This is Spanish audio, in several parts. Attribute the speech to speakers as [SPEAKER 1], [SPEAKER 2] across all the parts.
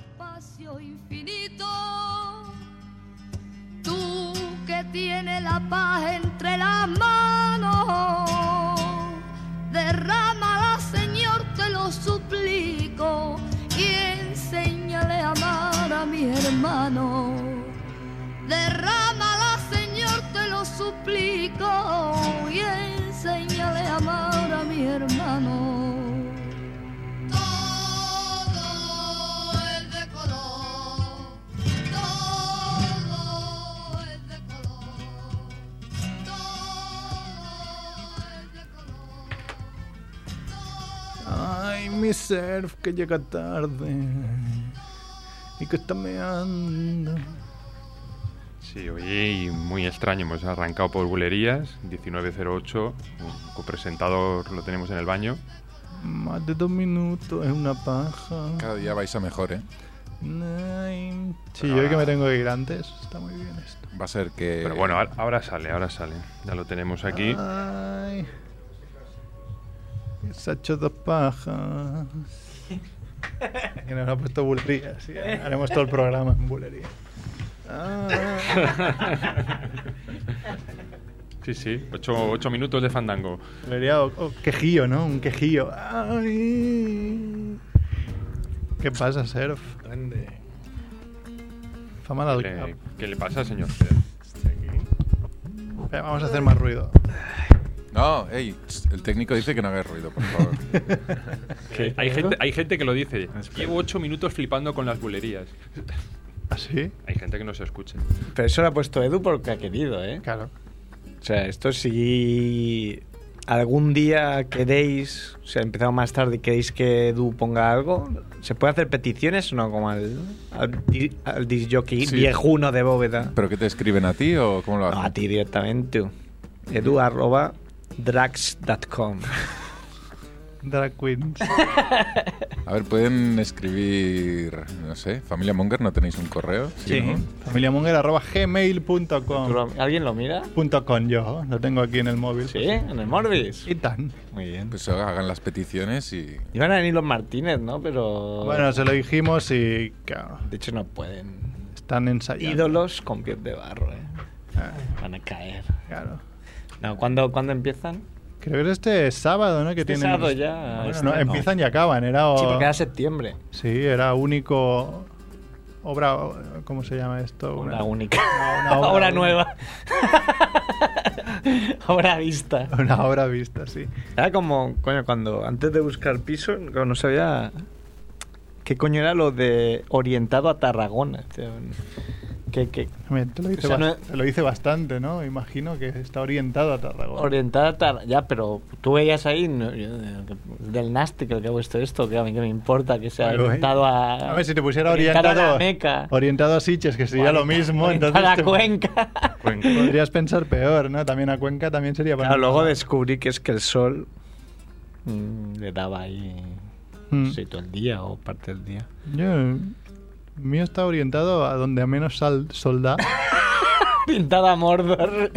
[SPEAKER 1] espacio infinito. Tú que tienes la paz entre las manos, derrámala, Señor, te lo suplico, y enséñale a amar a mis hermanos. Derrámala, Señor, te lo suplico, y enséñale a amar a mis hermanos. Todo es de color, todo es de color, todo es de color.
[SPEAKER 2] Ay, mi surf que llega tarde y que está meando.
[SPEAKER 3] Sí, oye, y muy extraño. Hemos arrancado por bulerías, 1908. Un copresentador lo tenemos en el baño.
[SPEAKER 2] Más de dos minutos, es una paja.
[SPEAKER 4] Cada día vais a mejor, ¿eh?
[SPEAKER 2] Ay, Sí, yo que me tengo que ir antes. Está muy bien esto.
[SPEAKER 4] Va a ser que...
[SPEAKER 3] Pero bueno, ahora, ahora sale, ahora sale. Ya lo tenemos aquí.
[SPEAKER 4] Ah.
[SPEAKER 2] Ay. Se ha hecho dos pajas. Que nos ha puesto bulería. sí, ¿eh? haremos todo el programa en bulería. Ay.
[SPEAKER 3] Sí, sí, ocho, ocho minutos de fandango.
[SPEAKER 2] Bulería o, o quejillo, ¿no? Un quejillo. Ay. ¿Qué pasa, Surf? Grande. Fama la
[SPEAKER 3] Eh, ¿Qué le pasa, señor?
[SPEAKER 2] Espera, Vamos a hacer más ruido.
[SPEAKER 4] No, ey, tss, el técnico dice que no hagáis ruido, por favor.
[SPEAKER 3] Que hay, gente, hay gente que lo dice. Llevo ocho minutos flipando con las bulerías.
[SPEAKER 4] ¿Ah,
[SPEAKER 2] ¿Así?
[SPEAKER 3] Hay gente que no se escucha.
[SPEAKER 5] Pero eso lo ha puesto Edu porque ha querido, ¿eh?
[SPEAKER 2] Claro.
[SPEAKER 5] O sea, esto si algún día queréis, o sea, empezado más tarde y queréis que Edu ponga algo, ¿se puede hacer peticiones o no? Como al, al, di- al disc jockey
[SPEAKER 4] Sí.
[SPEAKER 5] viejuno de bóveda.
[SPEAKER 4] ¿Pero qué te escriben a ti o cómo lo
[SPEAKER 5] No,
[SPEAKER 4] hacen?
[SPEAKER 5] a ti directamente. Edu arroba drax.com.
[SPEAKER 2] Drag Queens.
[SPEAKER 4] A ver, pueden escribir, no sé, familia Monger, ¿no tenéis un correo?
[SPEAKER 5] Sí.
[SPEAKER 4] ¿no?
[SPEAKER 2] familiamonger.gmail.com
[SPEAKER 5] ¿Alguien lo mira?
[SPEAKER 2] Punto con yo, lo tengo aquí en el móvil. Pues
[SPEAKER 5] Sí, en el Morbis.
[SPEAKER 2] Y tan.
[SPEAKER 5] Muy bien.
[SPEAKER 4] Pues hagan las peticiones y...
[SPEAKER 5] Iban a venir los Martínez, ¿no? Pero.
[SPEAKER 2] Bueno, se lo dijimos y claro,
[SPEAKER 5] de hecho no pueden.
[SPEAKER 2] están ensayando.
[SPEAKER 5] Ídolos con pies de barro, ¿eh?
[SPEAKER 2] Ah,
[SPEAKER 5] Van a caer.
[SPEAKER 2] claro.
[SPEAKER 5] No, ¿cuándo, ¿cuándo empiezan?
[SPEAKER 2] Creo que es este sábado, ¿no? Que
[SPEAKER 5] Este
[SPEAKER 2] tienen-
[SPEAKER 5] sábado ya,
[SPEAKER 2] Bueno,
[SPEAKER 5] este-
[SPEAKER 2] no, empiezan y acaban. Era o-
[SPEAKER 5] Sí, porque era septiembre.
[SPEAKER 2] Sí, era único obra, ¿cómo se llama esto?
[SPEAKER 5] Una única.
[SPEAKER 2] una obra
[SPEAKER 5] obra
[SPEAKER 2] única.
[SPEAKER 5] nueva. obra vista.
[SPEAKER 2] una obra vista, sí.
[SPEAKER 5] Era como, coño, cuando antes de buscar piso, no no sabía qué coño era lo de orientado a Tarragona. O sea, Que, que
[SPEAKER 2] Hombre, Te lo, hice
[SPEAKER 5] O sea,
[SPEAKER 2] bas-
[SPEAKER 5] no-
[SPEAKER 2] te lo hice bastante, ¿no? Imagino que está orientado a Tarragona.
[SPEAKER 5] orientado a Tarragona. Ya, pero tú veías ahí no, yo, del nasty que ha puesto esto, que a mí que me importa que sea
[SPEAKER 2] Pero, ¿eh?
[SPEAKER 5] orientado a.
[SPEAKER 2] A ver, si te pusiera
[SPEAKER 5] orientado
[SPEAKER 2] orientado,
[SPEAKER 5] a la Meca.
[SPEAKER 2] orientado a Sitges, que sería lo mismo,
[SPEAKER 5] orientado
[SPEAKER 2] entonces
[SPEAKER 5] a
[SPEAKER 2] te-
[SPEAKER 5] la Cuenca.
[SPEAKER 2] podrías pensar peor, ¿no? También a Cuenca también sería...
[SPEAKER 5] Claro, luego descubrí que es que el sol mm, le daba ahí
[SPEAKER 2] Mm.
[SPEAKER 5] sí, todo el día o parte del día.
[SPEAKER 2] Yo, el mío está orientado a donde menos sal, sol da.
[SPEAKER 5] Pintada a Mordor.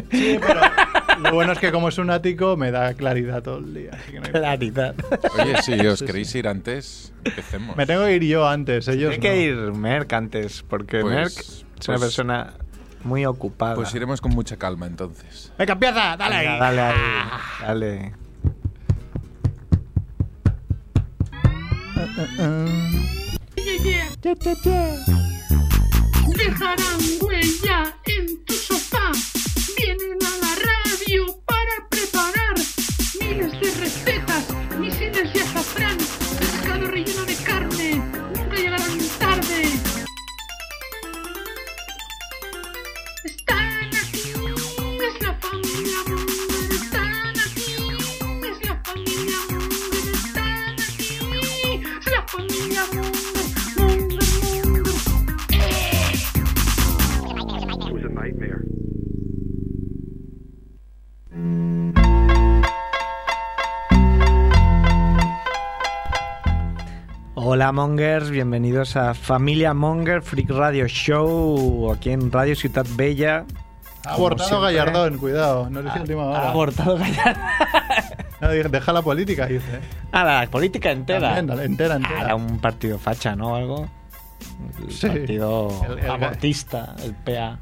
[SPEAKER 2] Lo bueno es que como es un ático me da claridad todo el día. así que no hay-
[SPEAKER 5] Claridad.
[SPEAKER 4] Oye, si os
[SPEAKER 2] Sí,
[SPEAKER 4] queréis ir antes, empecemos.
[SPEAKER 2] Me tengo que ir yo antes, ellos
[SPEAKER 5] Tiene que
[SPEAKER 2] no.
[SPEAKER 5] ir Merck antes, porque
[SPEAKER 4] Pues-
[SPEAKER 5] Merck es una
[SPEAKER 4] pues-
[SPEAKER 5] persona muy ocupada.
[SPEAKER 4] Pues iremos con mucha calma entonces.
[SPEAKER 2] ¡Venga, empieza! ¡Dale
[SPEAKER 5] Venga,
[SPEAKER 2] ahí!
[SPEAKER 5] dale ahí. Dale.
[SPEAKER 2] Che, che, che.
[SPEAKER 6] dejarán huella en tu sofá. Vienen a la radio para preparar miles de recetas, misiles de azafrán, pescado relleno de carne. Nunca llegarán tarde. Están aquí, es la familia Munger. Están aquí, es la familia Munger. Están aquí, es la familia Munger. Munger, Munger.
[SPEAKER 5] Hola Mongers, bienvenidos a Familia Monger Freak Radio Show, aquí en Radio Ciudad Bella.
[SPEAKER 2] Ha abortado
[SPEAKER 5] siempre. Ah,
[SPEAKER 2] Gallardón, cuidado, no es la última hora.
[SPEAKER 5] Abortado Gallardo.
[SPEAKER 2] No, dije, deja la política, dice.
[SPEAKER 5] Ah, la política entera.
[SPEAKER 2] También, dale, entera, entera.
[SPEAKER 5] Ah, Era un partido facha, ¿no? Algo. El
[SPEAKER 2] Sí.
[SPEAKER 5] partido
[SPEAKER 2] El- el-
[SPEAKER 5] abortista, el PA.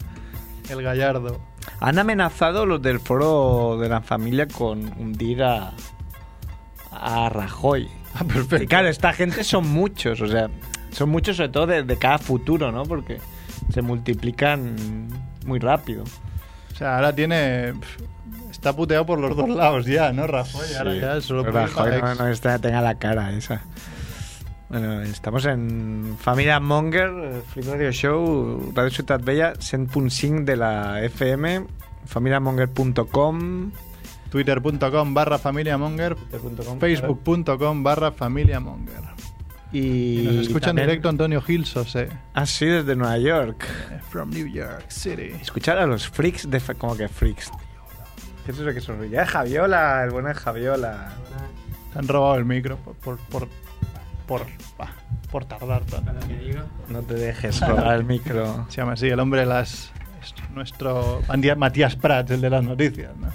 [SPEAKER 2] El gallardo.
[SPEAKER 5] Han amenazado los del foro de la familia con hundir a, a Rajoy.
[SPEAKER 2] Ah,
[SPEAKER 5] Y
[SPEAKER 2] perfecto.
[SPEAKER 5] claro, esta gente son muchos, o sea, son muchos sobre todo de, de cada futuro, ¿no? Porque se multiplican muy rápido.
[SPEAKER 2] O sea, ahora tiene. pf, Está puteado por los dos lados ya, ¿no, Rajoy? Ahora
[SPEAKER 5] Sí.
[SPEAKER 2] ya solo puede ir
[SPEAKER 5] Rajoy
[SPEAKER 2] para
[SPEAKER 5] no, no está- tenga la cara esa. Bueno, estamos en Familia Monger, eh, Flip Radio Show, Radio Ciutat Bella, 100.5 de la FM, familiamonger.com.
[SPEAKER 2] Twitter.com barra familiamonger. Facebook.com barra familiamonger.
[SPEAKER 5] Y
[SPEAKER 2] Y nos escucha en
[SPEAKER 5] también-
[SPEAKER 2] directo Antonio Gil Sosé.
[SPEAKER 5] Ah, sí, desde Nueva York.
[SPEAKER 2] From New York City.
[SPEAKER 5] Escuchar a los freaks de... fa- como que freaks? ¿Qué es eso que sonríe? Ah, Javiola, el buen Javiola.
[SPEAKER 2] Te han robado el micro por. por, por, por, bah, por tardar tanto.
[SPEAKER 5] No te dejes robar el micro.
[SPEAKER 2] Se llama así, el hombre de las. es Nuestro Andía- Matías Prats, el de las noticias, ¿no?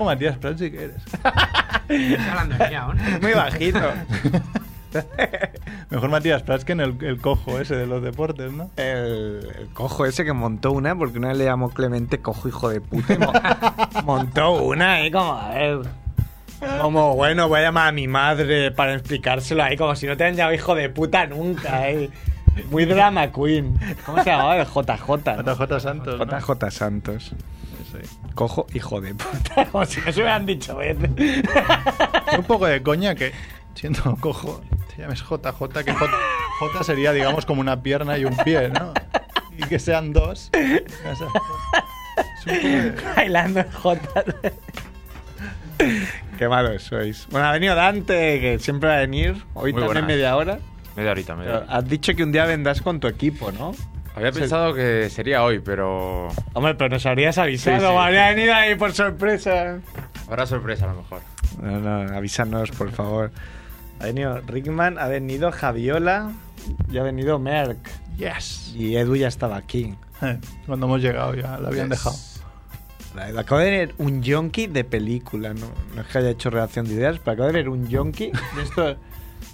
[SPEAKER 2] Oh, Matías Prats sí que eres.
[SPEAKER 7] Estás hablando aquí aún.
[SPEAKER 5] Muy bajito.
[SPEAKER 2] Mejor Matías Prats que en el, el cojo ese de los deportes, ¿no?
[SPEAKER 5] El, el cojo ese que montó una, porque una vez le llamó Clemente cojo hijo de puta. y mo- montó una ahí como, a ver, Como, bueno, voy a llamar a mi madre para explicárselo ahí, como si no te han llamado hijo de puta nunca. ahí. Muy drama queen. ¿Cómo se llamaba? El JJ. ¿no?
[SPEAKER 2] JJ Santos. ¿no?
[SPEAKER 5] JJ Santos.
[SPEAKER 2] Sí.
[SPEAKER 5] Cojo, hijo de puta. Como si eso me han dicho ¿eh? veces.
[SPEAKER 2] Un poco de coña que, siendo cojo, te llames JJ, que J, J sería, digamos, como una pierna y un pie, ¿no? Y que sean dos. O sea, es un poco de-
[SPEAKER 5] Bailando en J. Qué malos sois. Bueno, ha venido Dante, que siempre va a venir. Hoy
[SPEAKER 7] Muy
[SPEAKER 5] también
[SPEAKER 7] buenas.
[SPEAKER 5] media hora.
[SPEAKER 7] Media horita, media
[SPEAKER 5] Pero
[SPEAKER 7] horita.
[SPEAKER 5] has dicho que un día vendrás con tu equipo, ¿no?
[SPEAKER 7] Había pensado que sería hoy, pero
[SPEAKER 5] Hombre, pero nos habrías avisado.
[SPEAKER 7] Sí, sí.
[SPEAKER 5] o habría venido ahí por sorpresa.
[SPEAKER 7] habrá sorpresa a lo mejor.
[SPEAKER 5] No, no, avísanos, por favor. Ha venido Rickman, ha venido Javiola y ha venido Merck.
[SPEAKER 2] Yes.
[SPEAKER 5] Y Edu ya estaba aquí.
[SPEAKER 2] Eh, Cuando hemos llegado ya, lo habían dejado.
[SPEAKER 5] Acabo de tener un yonki de película, no, no es que haya hecho relación de ideas, pero acabo de ver un yonki de esto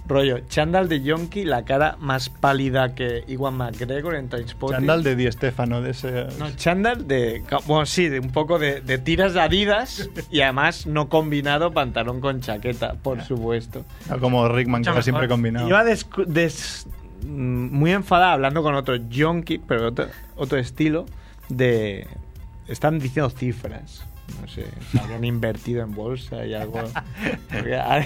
[SPEAKER 5] rollo, chándal de yonki, la cara más pálida que Iwan McGregor en Trainspotting.
[SPEAKER 2] Chandal de Di Stefano, de ese.
[SPEAKER 5] No, chándal de... Bueno, sí, de un poco de, de tiras de Adidas y además no combinado pantalón con chaqueta, por supuesto.
[SPEAKER 2] No, como Rickman, que
[SPEAKER 7] Mucho
[SPEAKER 2] está siempre
[SPEAKER 7] mejor.
[SPEAKER 2] combinado.
[SPEAKER 5] Iba descu- des- mm, muy enfadada hablando con otro yonki, pero otro, otro estilo, de... Están diciendo cifras. No sé, se habrían invertido en bolsa y algo. Porque a-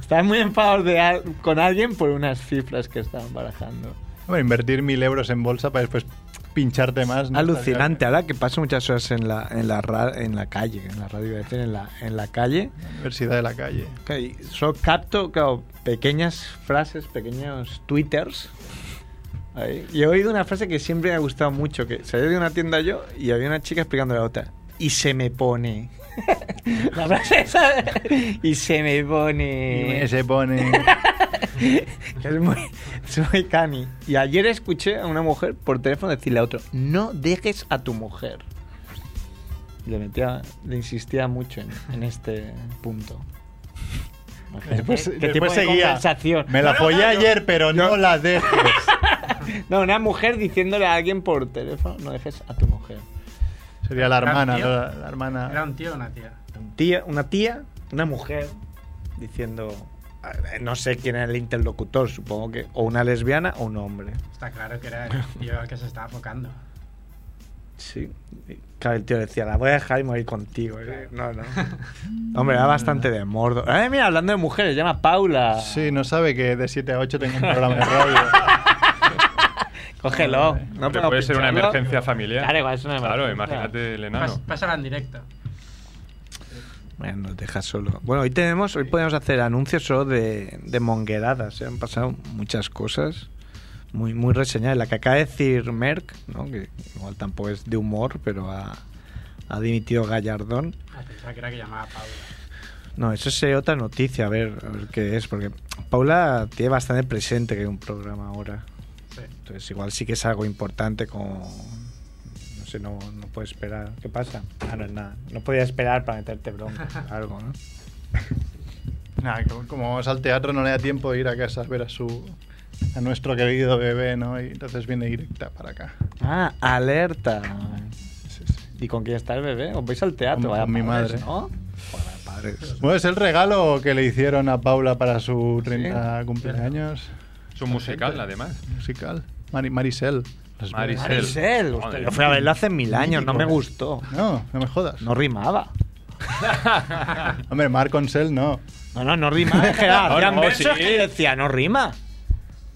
[SPEAKER 5] Están muy enfadados de al- con alguien por unas cifras que estaban barajando.
[SPEAKER 2] Hombre, invertir mil euros en bolsa para después pincharte más. ¿no?
[SPEAKER 5] Alucinante, ahora que paso muchas horas en la, en la, ra- en la calle, en la radio, iba a decir, en la, en la calle.
[SPEAKER 2] Universidad de la calle.
[SPEAKER 5] Claro, y Solo capto claro, pequeñas frases, pequeños twitters. Ahí. Y he oído una frase que siempre me ha gustado mucho, que salí de una tienda yo y había una chica explicando a la otra. Y se me pone. la frase esa. Y se me pone.
[SPEAKER 2] Y se pone.
[SPEAKER 5] Que es muy, es muy cani. Y ayer escuché a una mujer por teléfono decirle a otro, no dejes a tu mujer. Y Le, metía, le insistía mucho en, en este punto.
[SPEAKER 2] Después-
[SPEAKER 5] ¿Qué, qué tipo
[SPEAKER 2] después
[SPEAKER 5] de
[SPEAKER 2] seguía.
[SPEAKER 5] conversación?
[SPEAKER 2] Me la follé ayer, pero no la este, dejes.
[SPEAKER 5] No, una mujer diciéndole a alguien por teléfono, no dejes a tu mujer.
[SPEAKER 2] Sería la hermana,
[SPEAKER 7] tío.
[SPEAKER 2] ¿no? la, la hermana.
[SPEAKER 7] Era un tío o una tía.
[SPEAKER 5] Un tía- una tía, una mujer, diciendo, "Ah, no sé quién era el interlocutor, supongo que o una lesbiana o un hombre.
[SPEAKER 8] Está claro que era el tío al que se estaba enfocando.
[SPEAKER 5] Sí. Claro, el tío decía, la voy a dejar y morir contigo. ¿eh? No, no. Hombre, era bastante de mordo. Eh, mira, hablando de mujeres, se llama Paula.
[SPEAKER 2] Sí, no sabe que de 7 a 8 tengo un programa de radio.
[SPEAKER 5] Cógelo. No
[SPEAKER 3] Hombre,
[SPEAKER 5] puedo
[SPEAKER 3] puede ser una
[SPEAKER 5] pincharlo.
[SPEAKER 3] emergencia familiar.
[SPEAKER 7] Claro, igual Ah, es una
[SPEAKER 3] Claro,
[SPEAKER 7] emergencia.
[SPEAKER 3] imagínate el
[SPEAKER 8] Pas-
[SPEAKER 3] enano.
[SPEAKER 8] pásala en directo.
[SPEAKER 5] Bueno, nos deja solo. Bueno, hoy tenemos, hoy podemos hacer anuncios solo de, de mongueradas. ¿eh? Han pasado muchas cosas muy, muy reseñables. La que acaba de decir Merck, ¿no? que igual tampoco es de humor, pero ha, ha dimitido Gallardón.
[SPEAKER 8] Ah, pensaba que era que llamaba a Paula.
[SPEAKER 5] No, eso es eh, otra noticia, a ver, a ver qué es, porque Paula tiene bastante presente que hay un programa ahora.
[SPEAKER 8] Sí.
[SPEAKER 5] Entonces igual sí que es algo importante como... No sé, no, no puedo esperar. ¿Qué pasa? Ah, no es nada. No podía esperar para meterte bronca o algo, ¿no?
[SPEAKER 2] Nada, como- como vamos al teatro no le da tiempo de ir a casa a ver a su a nuestro querido bebé, ¿no? Y entonces viene directa para acá.
[SPEAKER 5] Ah, alerta.
[SPEAKER 2] Sí, sí.
[SPEAKER 5] ¿Y con quién está el bebé? ¿Os vais al teatro?
[SPEAKER 2] Con-
[SPEAKER 5] Vaya
[SPEAKER 2] con mi
[SPEAKER 5] padres,
[SPEAKER 2] madre.
[SPEAKER 5] ¿no?
[SPEAKER 2] Bueno, es el regalo que le hicieron a Paula para su 30 cumpleaños
[SPEAKER 3] Es un musical, además.
[SPEAKER 2] musical. Mari- Marisel. Las
[SPEAKER 3] Marisel.
[SPEAKER 2] Vegas.
[SPEAKER 5] Maricel,
[SPEAKER 3] Madre
[SPEAKER 5] hostia,
[SPEAKER 3] mía.
[SPEAKER 5] yo fui a verlo hace mil años, no me gustó.
[SPEAKER 2] No, no me jodas.
[SPEAKER 5] No rimaba.
[SPEAKER 2] Hombre, Marconsel no.
[SPEAKER 5] No, no, no rimaba. Es que era-
[SPEAKER 3] No,
[SPEAKER 5] hacían
[SPEAKER 3] no,
[SPEAKER 5] versos
[SPEAKER 3] sí.
[SPEAKER 5] que decía, no rima.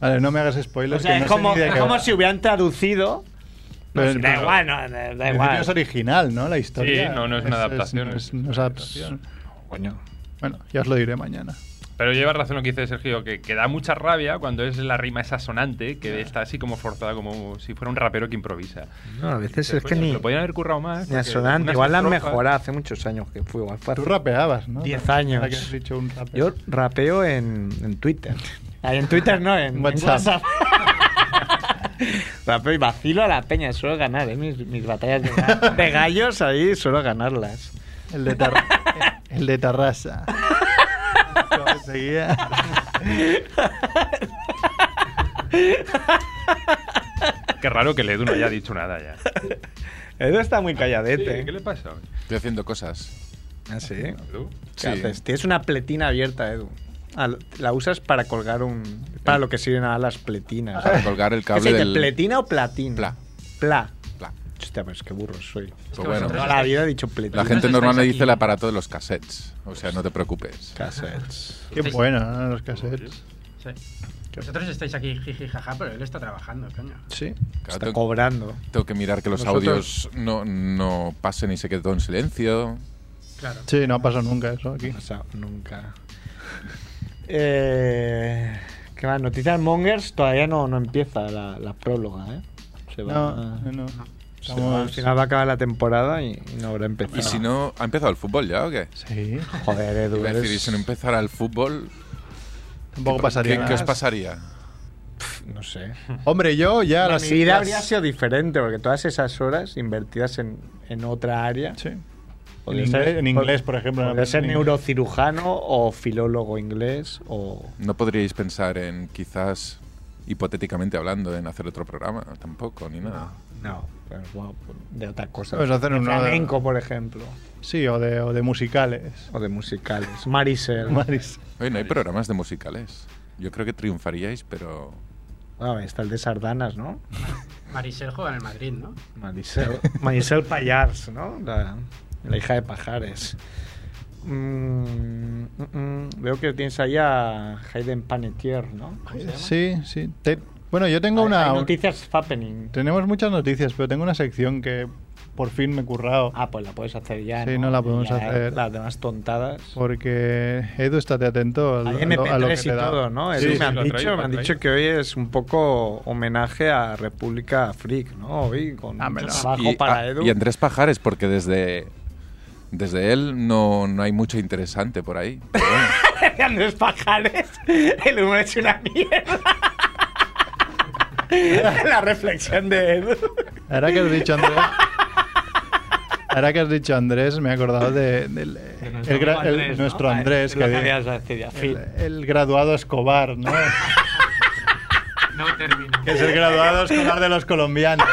[SPEAKER 2] Vale, no me hagas
[SPEAKER 5] O
[SPEAKER 2] spoilers.
[SPEAKER 5] sea,
[SPEAKER 2] que no
[SPEAKER 5] es
[SPEAKER 2] sé
[SPEAKER 5] como,
[SPEAKER 2] ni de
[SPEAKER 5] es
[SPEAKER 2] qué
[SPEAKER 5] como
[SPEAKER 2] va.
[SPEAKER 5] si hubieran traducido. No
[SPEAKER 2] Pero-
[SPEAKER 5] sé, da
[SPEAKER 2] pero-
[SPEAKER 5] igual, no, da- da
[SPEAKER 2] En
[SPEAKER 5] igual.
[SPEAKER 2] principio es original, ¿no? La historia.
[SPEAKER 3] Sí, no, no es una adaptación.
[SPEAKER 2] no es- no es adaptación.
[SPEAKER 3] Coño.
[SPEAKER 2] Bueno, ya os lo diré mañana.
[SPEAKER 3] Pero lleva razón lo que dice Sergio, que, que da mucha rabia cuando es la rima esa sonante, que está así como forzada, como si fuera un rapero que improvisa.
[SPEAKER 5] No, a veces es que
[SPEAKER 3] Coño,
[SPEAKER 5] ni,
[SPEAKER 3] Lo podían haber currado más.
[SPEAKER 5] ni
[SPEAKER 3] porque
[SPEAKER 5] asonante.
[SPEAKER 3] unas
[SPEAKER 5] Igual la han
[SPEAKER 3] estrofas-
[SPEAKER 5] mejorado hace muchos años que fue igual. fue
[SPEAKER 2] Tú
[SPEAKER 5] hace-
[SPEAKER 2] rapeabas, ¿no?
[SPEAKER 5] Diez
[SPEAKER 2] Ahora
[SPEAKER 5] años.
[SPEAKER 2] que has dicho un rapeo.
[SPEAKER 5] Yo rapeo en, en Twitter. Ay, Ah, en Twitter no, en en WhatsApp.
[SPEAKER 2] WhatsApp.
[SPEAKER 5] rapeo y vacilo a la peña, suelo ganar, ¿eh? mis, mis batallas de, ga- de gallos ahí suelo ganarlas.
[SPEAKER 2] El de, Tar- el de Tarrasa. Como seguía.
[SPEAKER 3] Qué raro que Ledu no haya dicho nada ya.
[SPEAKER 5] Edu está muy
[SPEAKER 3] Sí,
[SPEAKER 5] calladete.
[SPEAKER 3] ¿Qué le pasa? hoy?
[SPEAKER 4] Estoy haciendo cosas.
[SPEAKER 5] ¿Ah, sí? ¿Qué
[SPEAKER 3] Ledu?
[SPEAKER 4] Sí.
[SPEAKER 5] haces? Tienes una pletina abierta, Edu. Ah, La usas para colgar un... Para lo que sirven ahora las pletinas.
[SPEAKER 4] Para colgar el
[SPEAKER 5] ¿Qué se
[SPEAKER 4] cable
[SPEAKER 5] dice,
[SPEAKER 4] del...
[SPEAKER 5] pletina o platín?
[SPEAKER 4] Pla.
[SPEAKER 5] Pla.
[SPEAKER 4] Pla.
[SPEAKER 5] Hostia, pues qué burro soy.
[SPEAKER 4] Pues bueno,
[SPEAKER 5] Toda la vida he dicho pletina.
[SPEAKER 4] la gente
[SPEAKER 7] estáis
[SPEAKER 4] normal le
[SPEAKER 7] aquí.
[SPEAKER 4] dice el aparato de los cassettes. O sea, no te preocupes.
[SPEAKER 5] Cassettes.
[SPEAKER 2] Qué bueno, ¿eh? ¿no? Los cassettes.
[SPEAKER 8] Sí. Vosotros estáis aquí jiji jaja, pero él está trabajando, coño.
[SPEAKER 2] Sí.
[SPEAKER 4] Claro,
[SPEAKER 5] Está
[SPEAKER 4] tengo-
[SPEAKER 5] cobrando.
[SPEAKER 4] Tengo que mirar que los
[SPEAKER 5] Nosotros-
[SPEAKER 4] audios no, no pasen y se queden todo en silencio.
[SPEAKER 8] Claro.
[SPEAKER 2] Sí, no ha pasado nunca eso aquí.
[SPEAKER 5] O sea, nunca. Eh, ¿Qué más? Noticias Mongers todavía no, no empieza la, la próloga, ¿eh? Se va,
[SPEAKER 2] No, no, no.
[SPEAKER 5] se va- al
[SPEAKER 2] Estamos...
[SPEAKER 5] final va a acabar la temporada y, y no habrá empezado.
[SPEAKER 4] Y si no, ¿ha empezado el fútbol ya o qué?
[SPEAKER 2] Sí.
[SPEAKER 5] Joder, Edu,
[SPEAKER 4] Iba a decir,
[SPEAKER 5] eres-
[SPEAKER 4] y si no empezara el fútbol,
[SPEAKER 2] Tampoco pasaría
[SPEAKER 4] ¿qué,
[SPEAKER 2] nada.
[SPEAKER 4] qué os pasaría?
[SPEAKER 5] no sé.
[SPEAKER 2] Hombre, yo ya las
[SPEAKER 5] Mi vida
[SPEAKER 2] las-
[SPEAKER 5] habría sido diferente porque todas esas horas invertidas en, en otra área.
[SPEAKER 2] Sí.
[SPEAKER 5] podría
[SPEAKER 2] En inglés- en inglés, por ejemplo,
[SPEAKER 5] podría
[SPEAKER 2] no
[SPEAKER 5] ser
[SPEAKER 2] aprendí.
[SPEAKER 5] neurocirujano o filólogo inglés o
[SPEAKER 4] No podríais pensar en, quizás, hipotéticamente hablando, en hacer otro programa tampoco, ni nada.
[SPEAKER 5] no, pues, bueno, de otras cosas.
[SPEAKER 2] Puedes hacer
[SPEAKER 5] De
[SPEAKER 2] uno de-
[SPEAKER 5] flamenco, por ejemplo.
[SPEAKER 2] Sí, o de, o de musicales.
[SPEAKER 5] O de musicales. Marisel.
[SPEAKER 2] Maris.
[SPEAKER 4] Oye, no hay programas de musicales. Yo creo que triunfaríais, pero...
[SPEAKER 5] Bueno, Ah, está el de Sardanas, ¿no?
[SPEAKER 8] Marisel juega en el Madrid, ¿no?
[SPEAKER 5] Marisel, Marisel Payars, ¿no? La, la hija de Pajares. Mm, mm, mm, veo que tienes ahí a Hayden Panetier, ¿no?
[SPEAKER 2] Sí, sí. Te- Bueno, yo tengo
[SPEAKER 5] Hay-
[SPEAKER 2] una...
[SPEAKER 5] hay noticias happening.
[SPEAKER 2] Tenemos muchas noticias, pero tengo una sección que por fin me he currado.
[SPEAKER 5] Ah, pues la puedes hacer ya.
[SPEAKER 2] Sí, no la podemos
[SPEAKER 5] Ya
[SPEAKER 2] hacer.
[SPEAKER 5] Las demás tontadas.
[SPEAKER 2] Porque Edu, estate atento a lo,
[SPEAKER 5] Hay
[SPEAKER 2] a lo- a lo que
[SPEAKER 5] MP3
[SPEAKER 2] te
[SPEAKER 5] y
[SPEAKER 2] da.
[SPEAKER 5] todo, ¿no?
[SPEAKER 3] Sí,
[SPEAKER 5] Edu,
[SPEAKER 3] sí,
[SPEAKER 5] me han
[SPEAKER 3] lo
[SPEAKER 5] dicho,
[SPEAKER 3] traigo,
[SPEAKER 5] me han
[SPEAKER 3] lo
[SPEAKER 5] dicho
[SPEAKER 3] traigo.
[SPEAKER 5] que hoy es un poco homenaje a República Freak, ¿no? Hoy con
[SPEAKER 2] Dámelo.
[SPEAKER 5] trabajo para
[SPEAKER 4] ah,
[SPEAKER 5] Edu.
[SPEAKER 4] y Andrés Pajares, porque desde, desde él no, no hay mucho interesante por ahí. Pero bueno.
[SPEAKER 5] de Andrés Pajares, el humor es una mierda. La reflexión de Edu.
[SPEAKER 2] Ahora que has dicho Andrés... Ahora que has dicho Andrés, me he acordado de, del- el gra- el-
[SPEAKER 5] Ah,
[SPEAKER 2] nuestro Andrés, que di- el, el graduado Escobar, ¿no?
[SPEAKER 8] No termina.
[SPEAKER 2] que es el graduado Escobar de los colombianos.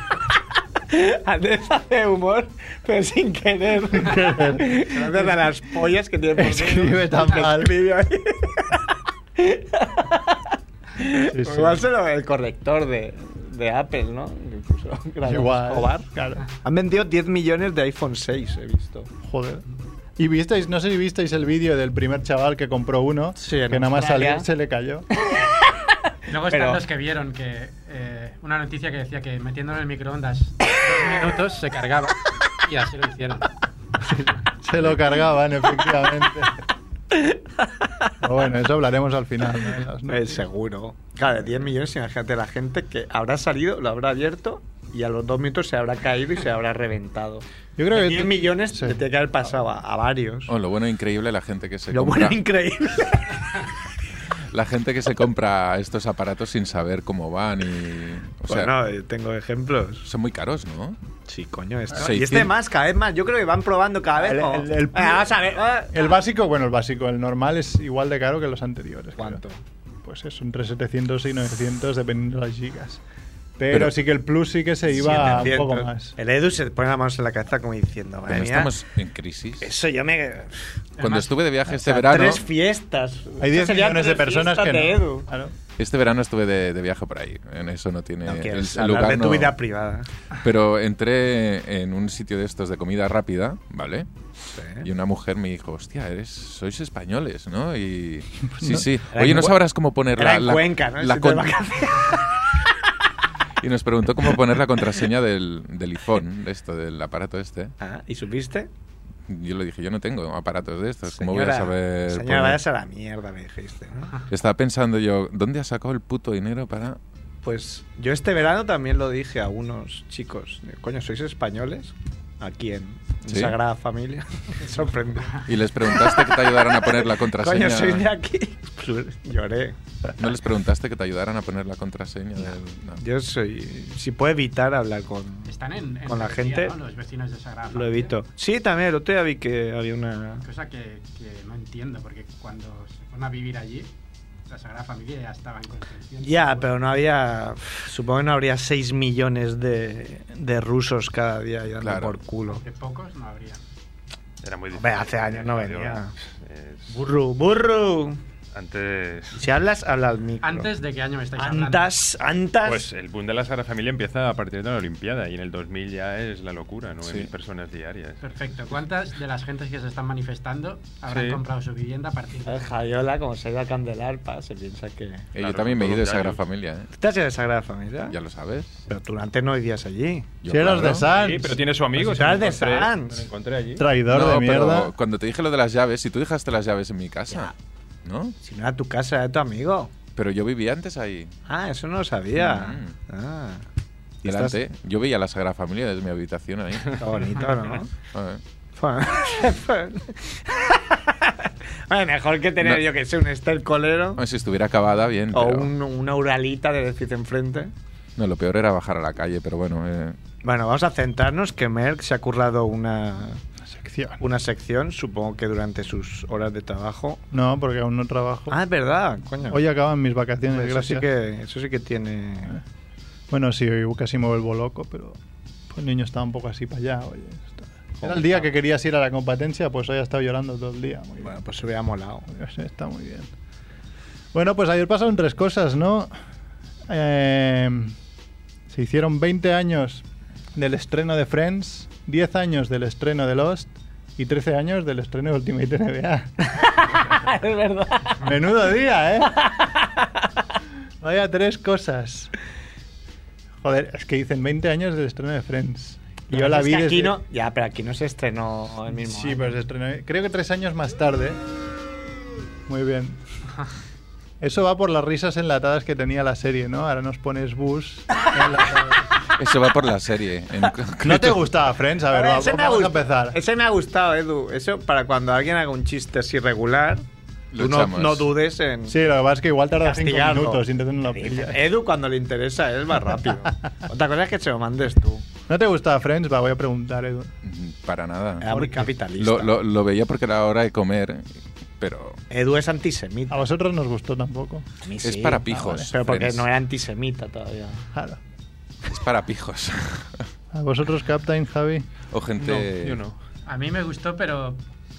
[SPEAKER 5] Andrés hace humor, pero sin querer. Gracias a las pollas que tiene por
[SPEAKER 2] Escribe tan mal. Sí, sí.
[SPEAKER 5] Igual será el corrector de, de Apple, ¿no? Que puso Gracias,
[SPEAKER 2] Igual,
[SPEAKER 5] Escobar.
[SPEAKER 2] claro.
[SPEAKER 5] Han vendido 10 millones de iPhone 6, he visto.
[SPEAKER 2] Joder. Y visteis, no sé si visteis el vídeo del primer chaval que compró uno,
[SPEAKER 5] Sí,
[SPEAKER 2] que
[SPEAKER 5] en
[SPEAKER 2] nada más
[SPEAKER 5] Australia.
[SPEAKER 2] salir se le cayó.
[SPEAKER 8] Luego
[SPEAKER 5] Pero-
[SPEAKER 8] están los que vieron que eh, una noticia que decía que metiéndolo en el microondas dos minutos se cargaba y así lo hicieron.
[SPEAKER 2] Se lo cargaban, efectivamente. Pero bueno, eso hablaremos al final. ¿no? En las
[SPEAKER 5] Eh,
[SPEAKER 2] noticias.
[SPEAKER 5] seguro. Claro, de 10 millones, imagínate la gente que habrá salido, lo habrá abierto y a los dos minutos se habrá caído y se habrá reventado.
[SPEAKER 2] Yo creo
[SPEAKER 5] De
[SPEAKER 2] que
[SPEAKER 5] 10
[SPEAKER 2] tú-
[SPEAKER 5] millones
[SPEAKER 2] sí.
[SPEAKER 5] le tiene que haber pasado a, a varios.
[SPEAKER 4] Oh, lo bueno e increíble la gente que se
[SPEAKER 5] Lo
[SPEAKER 4] compra
[SPEAKER 5] bueno, increíble.
[SPEAKER 4] la gente que se compra estos aparatos sin saber cómo van y o sea,
[SPEAKER 5] bueno, eh, tengo ejemplos.
[SPEAKER 4] son muy caros, ¿no?
[SPEAKER 5] Sí, coño, esto. Y
[SPEAKER 4] 600.
[SPEAKER 5] este más, cada vez más. Yo creo que van probando cada vez.
[SPEAKER 2] El-
[SPEAKER 5] como-
[SPEAKER 2] el- el-
[SPEAKER 5] Ah, vamos a ver. ah.
[SPEAKER 2] El básico, bueno, el básico, el normal es igual de caro que los anteriores. creo.
[SPEAKER 5] ¿Cuánto?
[SPEAKER 2] pues eso, entre 700 y 900 dependiendo de las gigas. Pero,
[SPEAKER 4] Pero-
[SPEAKER 2] sí que el plus sí que se iba un
[SPEAKER 5] 700.
[SPEAKER 2] poco más.
[SPEAKER 5] El Edu se pone las manos en la cabeza como diciendo, madre
[SPEAKER 4] Pero
[SPEAKER 5] mía,
[SPEAKER 4] estamos en crisis.
[SPEAKER 5] Eso yo me...
[SPEAKER 4] Cuando
[SPEAKER 8] Además,
[SPEAKER 4] estuve de viaje este
[SPEAKER 5] o sea,
[SPEAKER 4] verano,
[SPEAKER 5] Tres fiestas.
[SPEAKER 2] Hay 10
[SPEAKER 5] Serían
[SPEAKER 2] millones de
[SPEAKER 5] tres
[SPEAKER 2] personas
[SPEAKER 5] fiestas
[SPEAKER 2] que
[SPEAKER 5] de
[SPEAKER 2] no.
[SPEAKER 5] Edu.
[SPEAKER 2] Claro.
[SPEAKER 4] este verano estuve de, de viaje por ahí. En eso no tiene
[SPEAKER 5] No
[SPEAKER 4] el-
[SPEAKER 5] quieres
[SPEAKER 4] el
[SPEAKER 5] hablar de
[SPEAKER 4] lugar
[SPEAKER 5] tu
[SPEAKER 4] no-
[SPEAKER 5] vida privada.
[SPEAKER 4] Pero entré en un sitio de estos de comida rápida, ¿vale? Y una mujer me dijo, hostia, eres, sois españoles, ¿no? Y sí, sí.
[SPEAKER 5] Pues Era
[SPEAKER 4] Oye,
[SPEAKER 5] en
[SPEAKER 4] no
[SPEAKER 5] Cue-
[SPEAKER 4] sabrás cómo poner
[SPEAKER 5] Era
[SPEAKER 4] la,
[SPEAKER 5] en
[SPEAKER 4] la-
[SPEAKER 5] Cuenca, ¿no? El
[SPEAKER 4] la
[SPEAKER 5] sitio de
[SPEAKER 4] con-
[SPEAKER 5] vacaciones.
[SPEAKER 4] y nos preguntó cómo poner la contraseña del, del iPhone, de esto, del aparato este.
[SPEAKER 5] Ah, ¿Y supiste?
[SPEAKER 4] Yo le dije, yo no tengo aparatos de estos, ¿cómo voy a
[SPEAKER 5] Señora-
[SPEAKER 4] saber?
[SPEAKER 5] Señora,
[SPEAKER 4] poner?".
[SPEAKER 5] vayas a la mierda, me dijiste, ¿no?
[SPEAKER 4] Estaba pensando yo, ¿dónde ha sacado el puto dinero para...?
[SPEAKER 5] Pues yo este verano también lo dije a unos chicos. Digo, Coño, ¿sois españoles? Aquí en en
[SPEAKER 4] ¿Sí?
[SPEAKER 5] Sagrada Familia. Me sorprendió.
[SPEAKER 4] Y les preguntaste que te ayudaran a poner la contraseña.
[SPEAKER 5] Coño, ¿sois de aquí? Lloré.
[SPEAKER 4] No les preguntaste que te ayudaran a poner la contraseña del... no.
[SPEAKER 5] Yo soy... Si puedo evitar hablar con...
[SPEAKER 8] Están en, en
[SPEAKER 5] Con la
[SPEAKER 8] Andalucía,
[SPEAKER 5] gente-
[SPEAKER 8] ¿no? Los vecinos de Sagrada.
[SPEAKER 5] Lo
[SPEAKER 8] Familia.
[SPEAKER 5] evito. Sí, también, el otro día vi que había una...
[SPEAKER 8] Cosa que, que no entiendo, porque cuando se fueron a vivir allí, la Sagrada Familia ya estaba en construcción.
[SPEAKER 5] Ya, pero no había... Supongo que no habría 6 millones de, de rusos cada día y dando
[SPEAKER 4] Claro.
[SPEAKER 5] por culo.
[SPEAKER 8] De pocos no habría.
[SPEAKER 3] Era muy
[SPEAKER 5] Hombre,
[SPEAKER 3] difícil.
[SPEAKER 5] hace años no venía.
[SPEAKER 3] Es-
[SPEAKER 5] Burru, burru.
[SPEAKER 3] antes.
[SPEAKER 5] Si hablas, habla al micro.
[SPEAKER 8] ¿Antes de qué año me estáis hablando?
[SPEAKER 5] Antas, antas.
[SPEAKER 2] eh.
[SPEAKER 3] Pues el boom de la Sagrada Familia empieza a partir de la Olimpiada y en el 2000 ya es la locura, 9.000
[SPEAKER 4] Sí.
[SPEAKER 3] personas diarias.
[SPEAKER 8] Perfecto. ¿Cuántas de las gentes que se están manifestando habrán
[SPEAKER 3] Sí.
[SPEAKER 8] comprado su vivienda a partir de
[SPEAKER 5] El Javiola, como se ha ido a Candelarpa, se piensa que.
[SPEAKER 4] Eh,
[SPEAKER 3] Claro,
[SPEAKER 4] yo también me he ido de esa gran
[SPEAKER 3] voluntarios.
[SPEAKER 4] familia, ¿eh?
[SPEAKER 5] ¿Tú te has ido de Sagrada Familia?
[SPEAKER 4] Ya lo sabes.
[SPEAKER 5] Pero tú antes no vivías allí.
[SPEAKER 4] Yo,
[SPEAKER 2] si eras
[SPEAKER 4] claro.
[SPEAKER 2] de Sans,
[SPEAKER 3] Sí, pero tiene su amigo.
[SPEAKER 5] Pues
[SPEAKER 3] si lo
[SPEAKER 5] estás de
[SPEAKER 3] encontré-
[SPEAKER 5] Sans.
[SPEAKER 3] lo encontré allí.
[SPEAKER 2] traidor de
[SPEAKER 4] pero
[SPEAKER 2] mierda.
[SPEAKER 4] cuando te dije lo de las llaves, si tú dejaste las llaves en mi casa, ¿no?
[SPEAKER 5] Si no era tu casa, era tu amigo.
[SPEAKER 4] Pero yo vivía antes ahí,
[SPEAKER 5] Ah, eso no lo sabía.
[SPEAKER 4] Mm.
[SPEAKER 5] Ah. Y estás-
[SPEAKER 4] delante. Yo veía la Sagrada Familia desde mi habitación ahí.
[SPEAKER 5] Está bonito, ¿no?
[SPEAKER 4] A ver.
[SPEAKER 5] bueno, mejor que tener,
[SPEAKER 4] No.
[SPEAKER 5] yo que sé, un Estel Colero
[SPEAKER 4] A ver, si estuviera acabada, bien.
[SPEAKER 5] o
[SPEAKER 4] pero-
[SPEAKER 5] un- una Uralita de decir enfrente.
[SPEAKER 4] No, lo peor era bajar a la calle, pero bueno. eh,
[SPEAKER 5] Bueno, vamos a centrarnos que Merck se ha currado una,
[SPEAKER 2] Una sección.
[SPEAKER 5] una sección, supongo que durante sus horas de trabajo.
[SPEAKER 2] No, porque aún no trabajo.
[SPEAKER 5] Ah, es verdad, coño.
[SPEAKER 2] Hoy acaban mis vacaciones,
[SPEAKER 5] Hombre, eso sí,
[SPEAKER 2] gracias.
[SPEAKER 5] que, eso sí que tiene.
[SPEAKER 2] Bueno, sí, hoy casi me vuelvo loco, pero pues, el niño estaba un poco así para allá. Oye, está-
[SPEAKER 5] Oh,
[SPEAKER 2] Era el día que querías ir a la competencia, pues hoy ha estado llorando todo el día. Muy bien.
[SPEAKER 5] Bueno, pues se hubiera molado.
[SPEAKER 2] Yo sé, Está muy bien. Bueno, pues ayer pasaron tres cosas, ¿no? Eh, se hicieron 20 años del estreno de Friends, 10 años del estreno de Lost y 13 años del estreno de Ultimate NBA.
[SPEAKER 5] Ah, es verdad.
[SPEAKER 2] Menudo día, ¿eh? Vaya tres cosas. Joder, es que dicen 20 años del estreno de Friends. Y yo la vi
[SPEAKER 5] aquí
[SPEAKER 2] desde-
[SPEAKER 5] no, Ya, pero aquí no se estrenó el mismo.
[SPEAKER 2] Sí,
[SPEAKER 5] año.
[SPEAKER 2] pero se estrenó. Creo que tres años más tarde. Muy bien. Eso va por las risas enlatadas que tenía la serie, ¿no? Ahora nos pones bus.
[SPEAKER 4] Eso va por la serie. en concreto.
[SPEAKER 2] ¿No te gustaba Friends? A ver,
[SPEAKER 5] Ahora,
[SPEAKER 2] va-
[SPEAKER 5] ese me ha
[SPEAKER 2] vamos a
[SPEAKER 5] gust-
[SPEAKER 2] empezar.
[SPEAKER 5] Ese me ha gustado, Edu. Eso para cuando alguien haga un chiste así regular, tú no,
[SPEAKER 4] Luchamos.
[SPEAKER 5] no dudes en.
[SPEAKER 2] Sí, lo que pasa es que igual tarda cinco
[SPEAKER 5] castigarlo.
[SPEAKER 2] minutos intentando la
[SPEAKER 5] Sí,
[SPEAKER 2] pilla.
[SPEAKER 5] Edu, cuando le interesa, es más rápido. Otra cosa es que se lo mandes tú.
[SPEAKER 2] ¿No te gustaba Friends? Va, voy a preguntar, Edu.
[SPEAKER 4] Para nada.
[SPEAKER 5] Era muy
[SPEAKER 2] Porque
[SPEAKER 5] capitalista.
[SPEAKER 4] Lo, lo- lo veía porque era hora de comer, pero
[SPEAKER 5] Edu es antisemita.
[SPEAKER 2] A vosotros nos gustó tampoco.
[SPEAKER 5] A mí
[SPEAKER 4] es
[SPEAKER 5] sí. ah,
[SPEAKER 4] para pijos.
[SPEAKER 5] Pero porque
[SPEAKER 4] Friends.
[SPEAKER 5] no era antisemita todavía.
[SPEAKER 2] Claro.
[SPEAKER 4] Es para pijos.
[SPEAKER 2] ¿A vosotros, Captain, Javi?
[SPEAKER 4] O gente...
[SPEAKER 3] No, yo no.
[SPEAKER 8] A mí me gustó, pero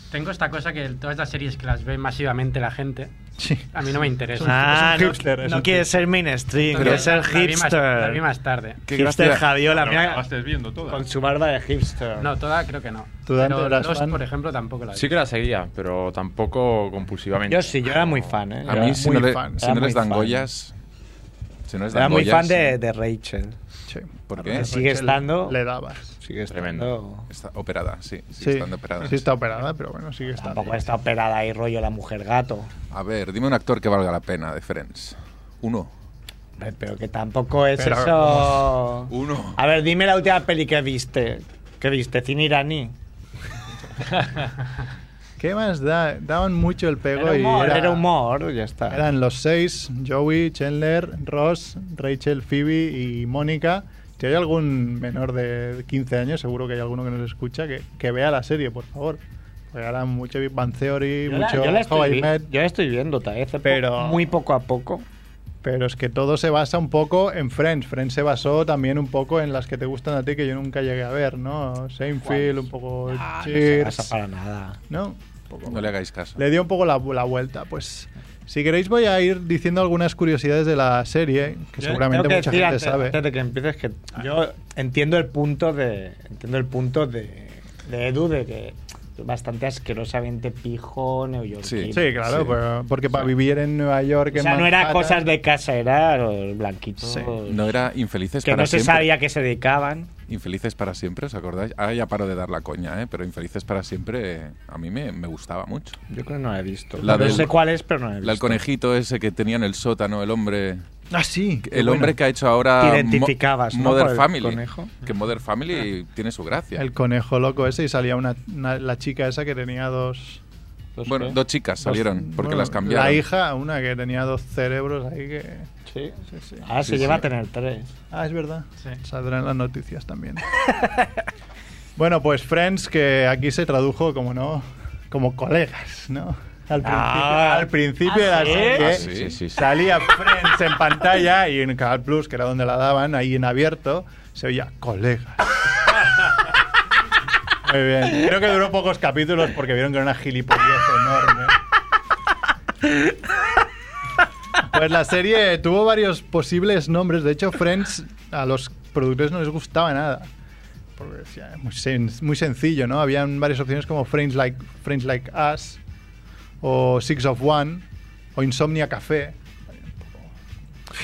[SPEAKER 8] tengo esta cosa que todas las series que las ve masivamente la gente,
[SPEAKER 2] Sí.
[SPEAKER 8] a mí no me interesa.
[SPEAKER 5] Ah, no-
[SPEAKER 2] hipster, es
[SPEAKER 5] no,
[SPEAKER 2] un
[SPEAKER 5] quiere ser mainstream, quiere
[SPEAKER 8] Entonces,
[SPEAKER 5] ser
[SPEAKER 8] la vi más- La vi
[SPEAKER 5] hipster.
[SPEAKER 8] más tarde.
[SPEAKER 4] Qué
[SPEAKER 5] hipster
[SPEAKER 4] gracia-
[SPEAKER 5] Javiola,
[SPEAKER 3] Pero
[SPEAKER 5] mira,
[SPEAKER 3] acabaste viendo todas.
[SPEAKER 5] con su barba de hipster.
[SPEAKER 8] No, toda creo que no.
[SPEAKER 2] ¿Tú, Dante,
[SPEAKER 8] pero
[SPEAKER 2] eras
[SPEAKER 8] Lost,
[SPEAKER 2] fan?
[SPEAKER 8] por ejemplo, tampoco la vi.
[SPEAKER 7] Sí que la seguía, pero tampoco compulsivamente.
[SPEAKER 5] yo sí, yo era muy fan, ¿eh?
[SPEAKER 4] A
[SPEAKER 5] Yo era
[SPEAKER 4] mí si
[SPEAKER 5] muy
[SPEAKER 4] no, le-
[SPEAKER 5] fan,
[SPEAKER 4] si
[SPEAKER 5] era
[SPEAKER 4] no les
[SPEAKER 5] muy
[SPEAKER 4] dan
[SPEAKER 5] fan.
[SPEAKER 4] Goyas... Si no les dan
[SPEAKER 5] Era muy
[SPEAKER 4] Goyas,
[SPEAKER 5] fan de, de Rachel.
[SPEAKER 2] Sí.
[SPEAKER 4] ¿Por
[SPEAKER 5] Que
[SPEAKER 4] qué?
[SPEAKER 5] sigue estando-
[SPEAKER 2] Le dabas.
[SPEAKER 5] Sigue estando.
[SPEAKER 7] Tremendo.
[SPEAKER 4] Está operada, sí. Sí,
[SPEAKER 2] Sí,
[SPEAKER 4] estando operada.
[SPEAKER 2] sí está operada, pero bueno, sigue estando.
[SPEAKER 5] Tampoco está operada ahí rollo la mujer gato.
[SPEAKER 4] A ver, dime un actor que valga la pena de Friends. Uno.
[SPEAKER 5] Pe- Pero que tampoco es
[SPEAKER 2] Pero,
[SPEAKER 5] eso.
[SPEAKER 4] Uno.
[SPEAKER 5] A ver, dime la última peli que viste. ¿Qué viste? ¿Cine iraní?
[SPEAKER 2] ¿Qué más da? Daban mucho el pego
[SPEAKER 5] Era
[SPEAKER 2] y
[SPEAKER 5] humor,
[SPEAKER 2] era-
[SPEAKER 5] era humor, ya está.
[SPEAKER 2] eran los seis, Joey, Chandler, Ross, Rachel, Phoebe y Mónica. Si hay algún menor de 15 años, seguro que hay alguno que nos escucha, que, que vea la serie, por favor. Regalan mucho Big Bang Theory,
[SPEAKER 5] Yo la-
[SPEAKER 2] mucho
[SPEAKER 5] yo la
[SPEAKER 2] How
[SPEAKER 5] estoy
[SPEAKER 2] I
[SPEAKER 5] vi-
[SPEAKER 2] Met,
[SPEAKER 5] yo la estoy viendo, Taez,
[SPEAKER 2] Pero-
[SPEAKER 5] muy poco a poco.
[SPEAKER 2] pero es que todo se basa un poco en Friends. Friends se basó también un poco en las que te gustan a ti que yo nunca llegué a ver, ¿no? Seinfeld, un poco
[SPEAKER 5] Ah, no se
[SPEAKER 2] Cheers,
[SPEAKER 5] pasa para nada.
[SPEAKER 2] ¿no? Un poco-
[SPEAKER 4] No le hagáis caso.
[SPEAKER 2] le dio un poco la, la vuelta, pues. Si queréis voy a ir diciendo algunas curiosidades de la serie, que
[SPEAKER 5] Yo
[SPEAKER 2] seguramente
[SPEAKER 5] tengo que
[SPEAKER 2] mucha
[SPEAKER 5] decir
[SPEAKER 2] gente
[SPEAKER 5] antes,
[SPEAKER 2] sabe.
[SPEAKER 5] Antes de que empieces, que yo entiendo el punto de. Entiendo el punto de, de Edu de que bastante asquerosamente pijo neoyorquino.
[SPEAKER 4] Sí,
[SPEAKER 2] Sí, claro,
[SPEAKER 4] Sí.
[SPEAKER 2] pero- porque para vivir en Nueva York...
[SPEAKER 5] O sea,
[SPEAKER 2] en
[SPEAKER 5] no era
[SPEAKER 2] Manhattan-
[SPEAKER 5] cosas de casa, era los blanquitos
[SPEAKER 2] Sí.
[SPEAKER 4] No era infelices
[SPEAKER 5] que
[SPEAKER 4] para
[SPEAKER 5] no se
[SPEAKER 4] siempre.
[SPEAKER 5] sabía que se dedicaban.
[SPEAKER 4] Infelices para siempre, ¿os acordáis? Ahora ya paro de dar la coña, ¿eh? pero Infelices para siempre eh, a mí me, me gustaba mucho.
[SPEAKER 5] Yo creo que no la he visto.
[SPEAKER 4] La
[SPEAKER 5] no
[SPEAKER 4] del-
[SPEAKER 5] sé cuál es, pero no la he
[SPEAKER 4] El
[SPEAKER 5] visto.
[SPEAKER 4] conejito ese que tenía en el sótano, el hombre.
[SPEAKER 2] Ah, sí. qué
[SPEAKER 4] El
[SPEAKER 2] bueno.
[SPEAKER 4] hombre que ha hecho ahora.
[SPEAKER 5] Te
[SPEAKER 4] Mo-
[SPEAKER 5] identificabas, ¿no?
[SPEAKER 4] Modern
[SPEAKER 5] por el
[SPEAKER 4] Family.
[SPEAKER 5] conejo. Ah.
[SPEAKER 4] Que Modern Family tiene su gracia.
[SPEAKER 2] El conejo loco ese y salía una, una- la chica esa que tenía dos...
[SPEAKER 5] Pues
[SPEAKER 4] bueno,
[SPEAKER 5] qué.
[SPEAKER 4] dos chicas salieron
[SPEAKER 2] dos-
[SPEAKER 4] porque
[SPEAKER 2] bueno,
[SPEAKER 4] las cambiaron.
[SPEAKER 2] La hija, una que tenía dos cerebros ahí que...
[SPEAKER 5] Sí.
[SPEAKER 2] sí, sí.
[SPEAKER 5] Ahora Ah, se
[SPEAKER 4] Sí,
[SPEAKER 5] lleva
[SPEAKER 4] sí.
[SPEAKER 5] a tener tres.
[SPEAKER 2] Ah, es verdad.
[SPEAKER 8] Sí.
[SPEAKER 2] Saldrán las noticias también. bueno, pues Friends, que aquí se tradujo como no, como colegas, ¿no? Al principio,
[SPEAKER 5] Ah.
[SPEAKER 2] al principio ¿eh? de la
[SPEAKER 5] ¿sí?
[SPEAKER 2] serie
[SPEAKER 4] Ah, sí, sí, sí.
[SPEAKER 2] salía Friends en pantalla y en Canal Plus, que era donde la daban, ahí en abierto, se oía colegas. Muy bien. Creo que duró pocos capítulos porque vieron que era una gilipollez enorme. Pues la serie tuvo varios posibles nombres. De hecho, Friends a los productores no les gustaba nada. Porque decía, muy, sen- muy sencillo, ¿no? Habían varias opciones como Friends Like, Friends like Us o Six of One o Insomnia Café.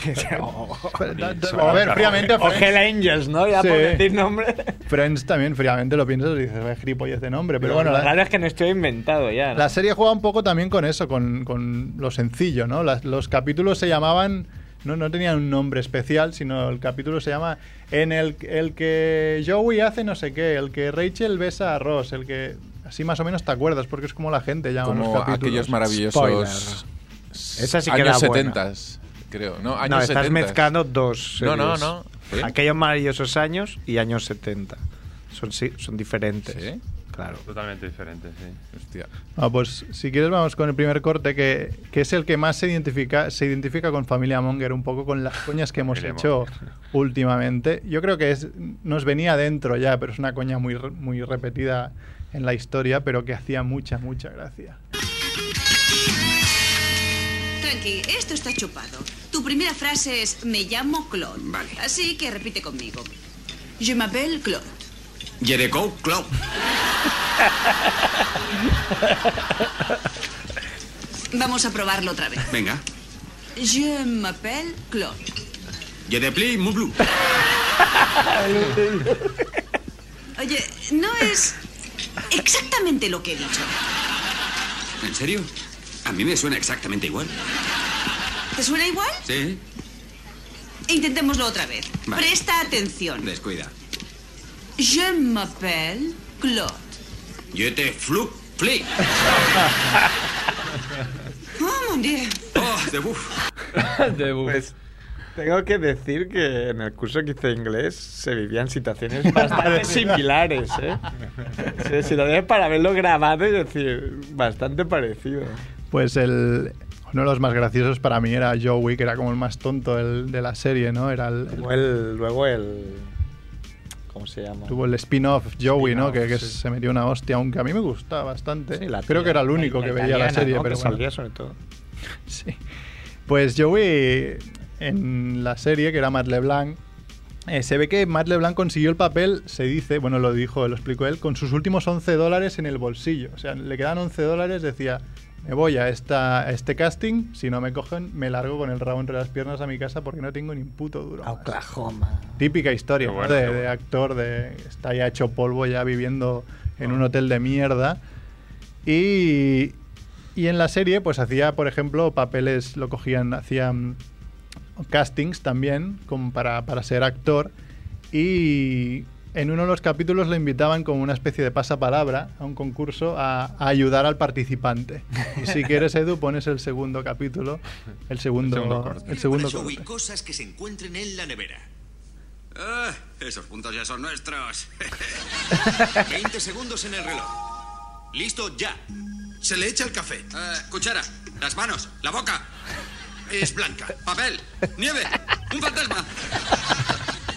[SPEAKER 2] A ver, fríamente
[SPEAKER 5] O Hell
[SPEAKER 2] Friends,
[SPEAKER 5] Angels, ¿no? Ya
[SPEAKER 2] Sí.
[SPEAKER 5] por decir nombre.
[SPEAKER 2] Friends también fríamente lo piensas y dices, "Vaya gilipollez de nombre. Pero bueno,
[SPEAKER 5] lo
[SPEAKER 2] la-
[SPEAKER 5] raro es que no estoy inventado ya. ¿no?
[SPEAKER 2] La serie jugaba un poco también con eso, con, con lo sencillo, ¿no? Las- los capítulos se llamaban, no, no tenían un nombre especial, sino el capítulo se llama En el, el que Joey hace no sé qué, el que Rachel besa a Ross, el que... Así más o menos te acuerdas, porque es como la gente llama los
[SPEAKER 4] como
[SPEAKER 2] capítulos.
[SPEAKER 4] aquellos maravillosos
[SPEAKER 5] Esa sí que
[SPEAKER 4] años
[SPEAKER 5] era buena.
[SPEAKER 4] 70 creo no años
[SPEAKER 5] no, estás
[SPEAKER 4] 70s.
[SPEAKER 5] mezclando dos.
[SPEAKER 4] no no
[SPEAKER 5] series.
[SPEAKER 4] no ¿Sí?
[SPEAKER 5] Aquellos maravillosos años y años 70. Son, sí- son diferentes.
[SPEAKER 4] ¿Sí?
[SPEAKER 5] Claro.
[SPEAKER 3] Totalmente diferente, sí.
[SPEAKER 4] Hostia.
[SPEAKER 2] Ah, pues si quieres vamos con el primer corte, que, que es el que más se identifica, se identifica con Familia Monger, un poco con las coñas que hemos
[SPEAKER 3] Familia
[SPEAKER 2] hecho
[SPEAKER 3] Monger.
[SPEAKER 2] últimamente. Yo creo que es, nos venía dentro ya, pero es una coña muy, re- muy repetida en la historia, pero que hacía mucha, mucha gracia.
[SPEAKER 9] Tranqui, esto está chupado. Tu primera frase es me llamo Claude.
[SPEAKER 10] Vale.
[SPEAKER 9] Así que repite conmigo. Je m'appelle Claude.
[SPEAKER 10] Jericho Club.
[SPEAKER 9] Vamos a probarlo otra vez.
[SPEAKER 10] Venga.
[SPEAKER 9] Je m'appelle Claude.
[SPEAKER 10] Jedepli Mublu.
[SPEAKER 9] Oye, no es exactamente lo que he dicho.
[SPEAKER 10] ¿En serio? A mí me suena exactamente igual.
[SPEAKER 9] ¿Te suena igual?
[SPEAKER 10] Sí.
[SPEAKER 9] Intentémoslo otra vez.
[SPEAKER 10] Vale.
[SPEAKER 9] Presta atención.
[SPEAKER 10] Descuida.
[SPEAKER 9] Je m'appelle Claude.
[SPEAKER 10] Jete Flup Fli. Ah,
[SPEAKER 9] Oh, mon Dieu.
[SPEAKER 10] Oh, de buf.
[SPEAKER 7] De bu-
[SPEAKER 5] Pues, Tengo que decir que en el curso que hice inglés se vivían situaciones bastante similares, ¿eh? Sí, situaciones para verlo grabado y decir, bastante parecido.
[SPEAKER 2] Pues el, uno de los más graciosos para mí era Joey, que era como el más tonto del- de la serie, ¿no? Era el,
[SPEAKER 5] Luego el. Luego el ¿Cómo se llama?
[SPEAKER 2] Tuvo el spin-off Joey, ¿no?
[SPEAKER 5] Spin-off,
[SPEAKER 2] Que, que
[SPEAKER 5] sí.
[SPEAKER 2] se metió una hostia, aunque a mí me gustaba bastante.
[SPEAKER 5] Sí, la
[SPEAKER 2] Creo
[SPEAKER 5] tía,
[SPEAKER 2] que era el único que veía la
[SPEAKER 5] italiana,
[SPEAKER 2] serie,
[SPEAKER 5] ¿no?
[SPEAKER 2] pero
[SPEAKER 5] que
[SPEAKER 2] bueno.
[SPEAKER 5] salía sobre todo.
[SPEAKER 2] Sí. Pues Joey, en la serie, que era Matt LeBlanc, eh, se ve que Matt LeBlanc consiguió el papel, se dice, bueno, lo dijo, lo explicó él, con sus últimos 11 dólares en el bolsillo. O sea, le quedan 11 dólares, decía, me voy a, esta, a este casting, si no me cogen, me largo con el rabo entre las piernas a mi casa porque no tengo ni un puto duro.
[SPEAKER 5] A
[SPEAKER 2] más".
[SPEAKER 5] Oklahoma.
[SPEAKER 2] Típica historia
[SPEAKER 3] Qué
[SPEAKER 2] ¿no?
[SPEAKER 3] bueno,
[SPEAKER 2] de,
[SPEAKER 3] qué bueno.
[SPEAKER 2] de actor, de está ya hecho polvo, ya viviendo
[SPEAKER 3] Ah.
[SPEAKER 2] en un hotel de mierda. Y, y en la serie, pues hacía, por ejemplo, papeles, lo cogían, hacían castings también como para, para ser actor. Y en uno de los capítulos le invitaban como una especie de pasapalabra a un concurso a, a ayudar al participante. Y si quieres, Edu, pones el segundo capítulo, el segundo, el
[SPEAKER 3] segundo
[SPEAKER 2] segundo
[SPEAKER 3] corte.
[SPEAKER 2] corte. El segundo
[SPEAKER 10] Para eso,
[SPEAKER 2] corte.
[SPEAKER 10] uy, cosas que se encuentren en la nevera. Ah, esos puntos ya son nuestros. 20 segundos en el reloj. Listo ya. Se le echa el café. Eh, cuchara, las manos, la boca. Es blanca. Papel, nieve, un fantasma.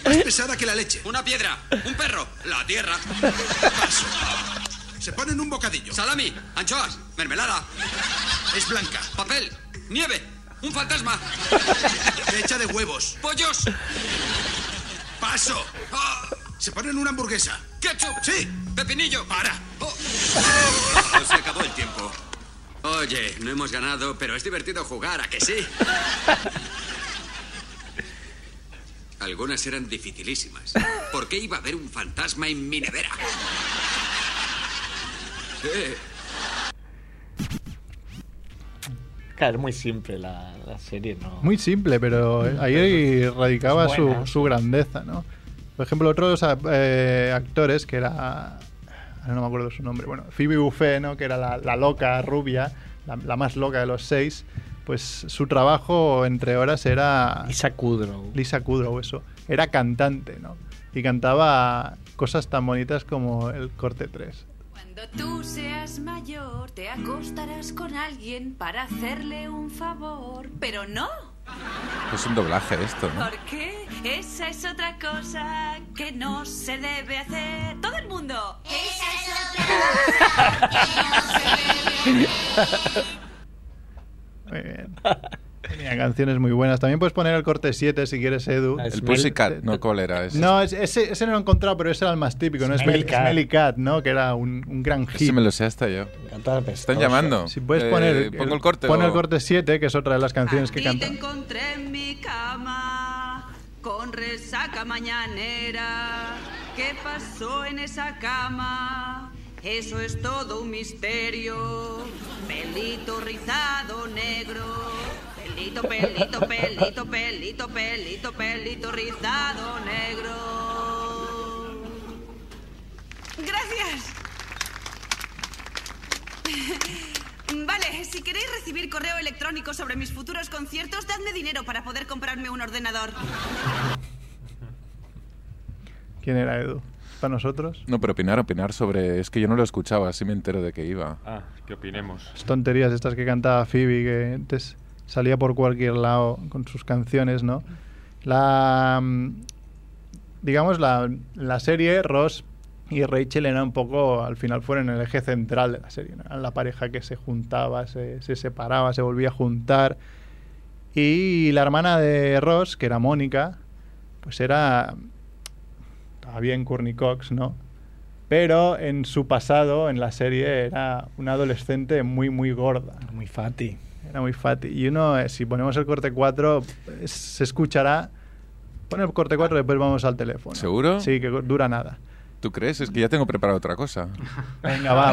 [SPEAKER 10] Más pesada que la leche. Una piedra, un perro, la tierra. Paso. Se ponen un bocadillo. Salami, anchoas, mermelada. Es blanca. Papel, nieve, un fantasma. Hecha de huevos. Pollos. Paso. Ah, Se ponen una hamburguesa. ¡Ketchup! Sí. Pepinillo. Para. Oh. Oh, Se acabó el tiempo. Oye, no hemos ganado, pero es divertido jugar, ¿a que sí? Algunas eran dificilísimas. ¿Por qué iba a haber un fantasma en mi nevera? Sí.
[SPEAKER 5] Claro, es muy simple la, la serie, ¿no?
[SPEAKER 2] Muy simple, pero eh, ahí radicaba
[SPEAKER 5] Mm, Es
[SPEAKER 2] su,
[SPEAKER 5] buena.
[SPEAKER 2] su grandeza, ¿no? Por ejemplo, otros a- eh, actores que era. ahora no me acuerdo su nombre. Bueno, Phoebe Buffet, ¿no? Que era la, la loca rubia, la, la más loca de los seis. Pues su trabajo entre horas era.
[SPEAKER 5] Lisa Kudrow.
[SPEAKER 2] Lisa Kudrow, eso. Era cantante, ¿no? Y cantaba cosas tan bonitas como el corte 3.
[SPEAKER 11] Cuando tú seas mayor, te acostarás con alguien para hacerle un favor, pero no,
[SPEAKER 4] Es un doblaje esto, ¿no?
[SPEAKER 11] porque esa es otra cosa que no se debe hacer. Todo el mundo.
[SPEAKER 2] Muy bien. Tenía canciones muy buenas. También puedes poner el corte 7 si quieres, Edu.
[SPEAKER 5] Ah,
[SPEAKER 4] El Pussycat, ¿no? ¿Cuál era? Ese,
[SPEAKER 2] No, es- ese, ese no lo he encontrado, pero ese era el más típico, ¿no? Smelly,
[SPEAKER 4] Smelly Cat.
[SPEAKER 2] Smelly Cat, ¿no? Que era un, un gran hit.
[SPEAKER 4] Ese me lo sé hasta yo. Están llamando.
[SPEAKER 2] Si puedes
[SPEAKER 4] Eh,
[SPEAKER 2] poner
[SPEAKER 4] pongo el corte.
[SPEAKER 2] pon
[SPEAKER 4] o-
[SPEAKER 2] el corte 7, que es otra de las canciones que canta.
[SPEAKER 11] encontré en mi cama con resaca mañanera. ¿Qué pasó en esa cama? Eso es todo un misterio. Pelito rizado negro. Pelito, pelito, pelito, pelito, pelito, pelito rizado negro. Gracias.
[SPEAKER 9] Vale, si queréis recibir correo electrónico sobre mis futuros conciertos, dadme dinero para poder comprarme un ordenador.
[SPEAKER 2] ¿Quién era Edu? ¿Para nosotros?
[SPEAKER 4] No, pero opinar, opinar sobre... Es que yo no lo escuchaba, así me entero de que iba.
[SPEAKER 3] Ah, ¿qué opinemos?
[SPEAKER 2] Las tonterías estas que cantaba Phoebe, que antes salía por cualquier lado con sus canciones, ¿no? La. mm, Digamos, la, la serie, Ross y Rachel eran un poco. Al final fueron el eje central de la serie, ¿no? Eran la pareja que se juntaba, se, se separaba, se volvía a juntar. Y la hermana de Ross, que era Mónica, pues era. Estaba bien Courtney Cox, ¿no? Pero en su pasado, en la serie, era una adolescente muy, muy gorda.
[SPEAKER 5] Muy fatty.
[SPEAKER 2] Era muy fat. Y uno, eh, si ponemos el corte 4, eh, se escuchará. Pon el corte 4 y después vamos al teléfono.
[SPEAKER 4] ¿Seguro?
[SPEAKER 2] Sí, que dura nada.
[SPEAKER 4] ¿Tú crees? Es que ya tengo preparado otra cosa.
[SPEAKER 2] Venga, va.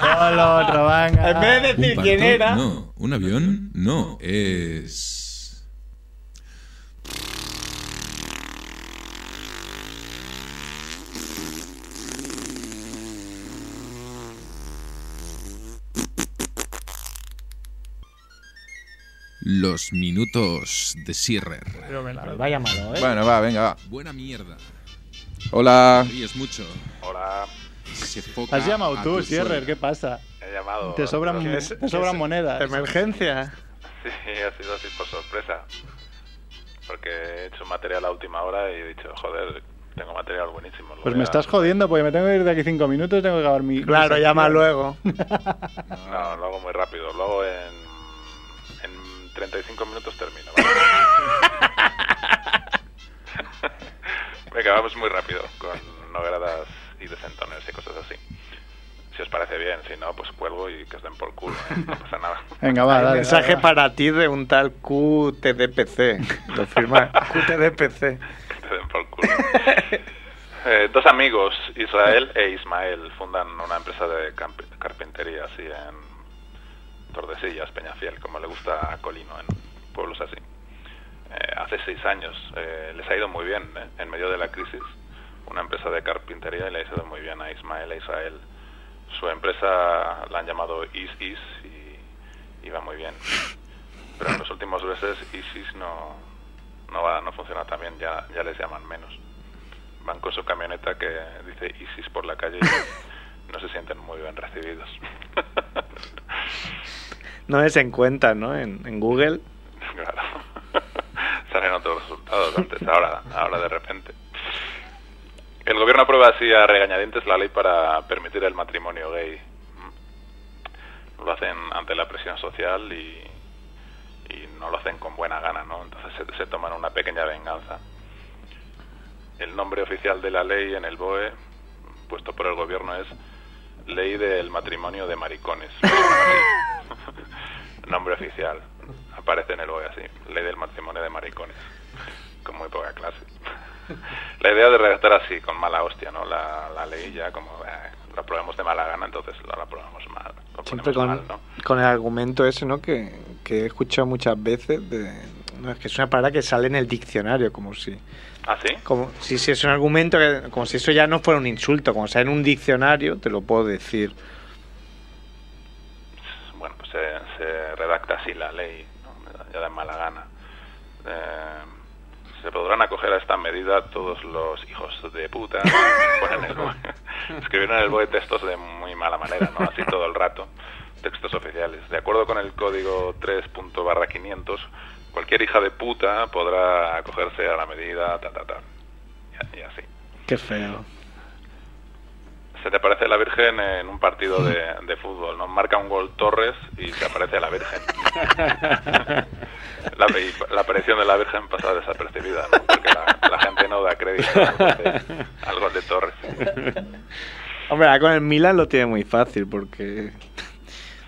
[SPEAKER 2] Todo lo otro, venga.
[SPEAKER 5] En vez de decir quién era.
[SPEAKER 12] Ah, No, un avión no, es... Los minutos de Sierrer.
[SPEAKER 5] Vaya malo, ¿eh?
[SPEAKER 4] Bueno, va, venga, va.
[SPEAKER 12] Buena mierda.
[SPEAKER 4] Hola.
[SPEAKER 12] Te Ríes mucho. Hola. Se foca
[SPEAKER 2] Has llamado
[SPEAKER 12] a
[SPEAKER 2] tú,
[SPEAKER 12] tu
[SPEAKER 2] Sierrer,
[SPEAKER 12] suegra.
[SPEAKER 2] ¿qué pasa?
[SPEAKER 13] He llamado.
[SPEAKER 2] Te sobran,
[SPEAKER 13] pero-
[SPEAKER 2] te sobran monedas.
[SPEAKER 5] Emergencia.
[SPEAKER 13] Sí, ha sido así por sorpresa. Porque he hecho material a última hora y he dicho, joder, tengo material buenísimo. lo
[SPEAKER 2] Pues
[SPEAKER 13] voy
[SPEAKER 2] me
[SPEAKER 13] a-
[SPEAKER 2] estás jodiendo porque me tengo que ir de aquí cinco minutos, tengo que acabar mi...
[SPEAKER 5] Claro,
[SPEAKER 2] mi-
[SPEAKER 5] llama luego.
[SPEAKER 13] No, lo hago muy rápido. Lo hago en. En 35 minutos termino. ¿vale? Venga, vamos muy rápido con novelas y desentones y cosas así. Si os parece bien, si no, pues cuelgo y que os den por culo. ¿eh? No pasa nada.
[SPEAKER 2] Venga, va,
[SPEAKER 5] Hay
[SPEAKER 2] dale,
[SPEAKER 5] mensaje
[SPEAKER 2] dale, va.
[SPEAKER 5] para ti de un tal QTDPC. Lo firma QTDPC.
[SPEAKER 13] Te den por culo. Eh, dos amigos, Israel e Ismael, fundan una empresa de camp- carpintería así en Tordesillas, Peñafiel, como le gusta a Colino, en pueblos así. Eh, hace seis años eh, les ha ido muy bien, eh, en medio de la crisis, una empresa de carpintería y le ha ido muy bien a Ismael e Israel. Su empresa la han llamado ISIS y, y va muy bien. Pero en los últimos meses ISIS no, no va, no funciona tan bien, ya, ya les llaman menos. Van con su camioneta que dice ISIS por la calle y no se sienten muy bien recibidos.
[SPEAKER 5] No les encuentran, ¿no? En, en Google.
[SPEAKER 13] Claro. Salen otros resultados antes, ahora, ahora de repente. El gobierno aprueba así a regañadientes la ley para permitir el matrimonio gay. Lo hacen ante la presión social y, y no lo hacen con buena gana, ¿no? Entonces se, se toman una pequeña venganza. El nombre oficial de la ley en el BOE, puesto por el gobierno, es Ley del Matrimonio de Maricones. nombre oficial. Aparece en el BOE así. Ley del Matrimonio de Maricones. Con muy poca clase. La idea de redactar así, con mala hostia, ¿no? La, la ley ya como... eh, la probamos de mala gana, entonces la, la probamos mal. Lo
[SPEAKER 5] Siempre
[SPEAKER 13] ponemos mal,
[SPEAKER 5] con,
[SPEAKER 13] ¿no?
[SPEAKER 5] con el argumento ese, ¿no? Que, que he escuchado muchas veces. De, no, es que es una palabra que sale en el diccionario, como si.
[SPEAKER 13] ¿Ah, sí?
[SPEAKER 5] Como, sí, sí, es un argumento que, como si eso ya no fuera un insulto. Como sea en un diccionario, te lo puedo decir.
[SPEAKER 13] bueno, pues se, se redacta así la ley, ¿no? ya de mala gana. Eh, se podrán acoger a esta medida todos los hijos de puta. Ponen el BOE. Escribieron en el BOE textos de muy mala manera, ¿no? Así todo el rato. Textos oficiales. De acuerdo con el código 3.500, cualquier hija de puta podrá acogerse a la medida, ta, ta, ta. Y- y así.
[SPEAKER 5] Qué feo.
[SPEAKER 13] Se te aparece la Virgen en un partido de, de fútbol, ¿no? Marca un gol Torres y se aparece la Virgen. La, y la aparición de la Virgen pasa desapercibida, ¿no? Porque la, la gente no da crédito al gol de, al gol de Torres.
[SPEAKER 5] Hombre, ahora con el Milan lo tiene muy fácil porque.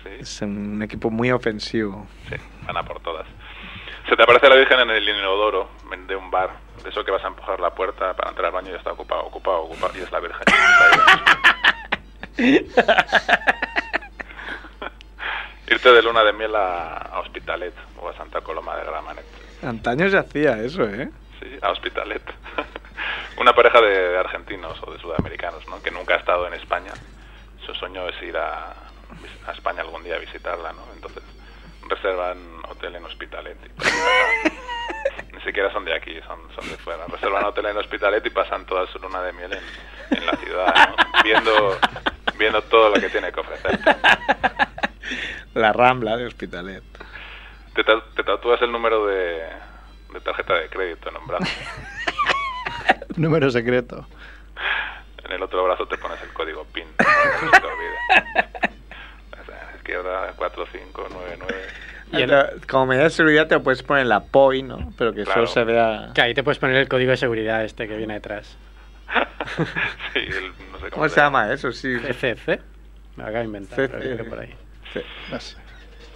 [SPEAKER 13] Sí.
[SPEAKER 5] Es un equipo muy ofensivo.
[SPEAKER 13] Sí, van a por todas. Se te aparece la Virgen en el inodoro de un bar. De eso que vas a empujar la puerta para entrar al baño y está ocupado, ocupado, ocupado. Y es la Virgen. Irte de luna de miel a, a Hospitalet o a Santa Coloma de Gramanet.
[SPEAKER 5] Antaño se hacía eso, ¿eh?
[SPEAKER 13] Sí, a Hospitalet. Una pareja de, de argentinos o de sudamericanos, ¿no? Que nunca ha estado en España. Su sueño es ir a, a España algún día a visitarla, ¿no? Entonces reservan hotel en Hospitalet. y pasan- Ni siquiera son de aquí, son, son de fuera. Reservan hotel en Hospitalet y pasan toda su luna de miel en, en la ciudad, ¿no? Viendo, viendo todo lo que tiene que ofrecerte.
[SPEAKER 5] La rambla de Hospitalet.
[SPEAKER 13] Te, ta- te tatúas el número de, de tarjeta de crédito en un brazo.
[SPEAKER 2] Número secreto.
[SPEAKER 13] En el otro brazo te pones el código PIN. para que no se te olvide. O sea, izquierda 4599.
[SPEAKER 5] Y Como medida de seguridad te lo puedes poner en la POI, ¿no? Pero que
[SPEAKER 13] Claro.
[SPEAKER 5] solo se vea.
[SPEAKER 8] Que ahí te puedes poner el código de seguridad este que viene detrás.
[SPEAKER 13] Sí, el- no sé cómo,
[SPEAKER 5] ¿Cómo se llama eso? Sí.
[SPEAKER 8] CCC. Me lo acabo de inventar. pero creo que por ahí.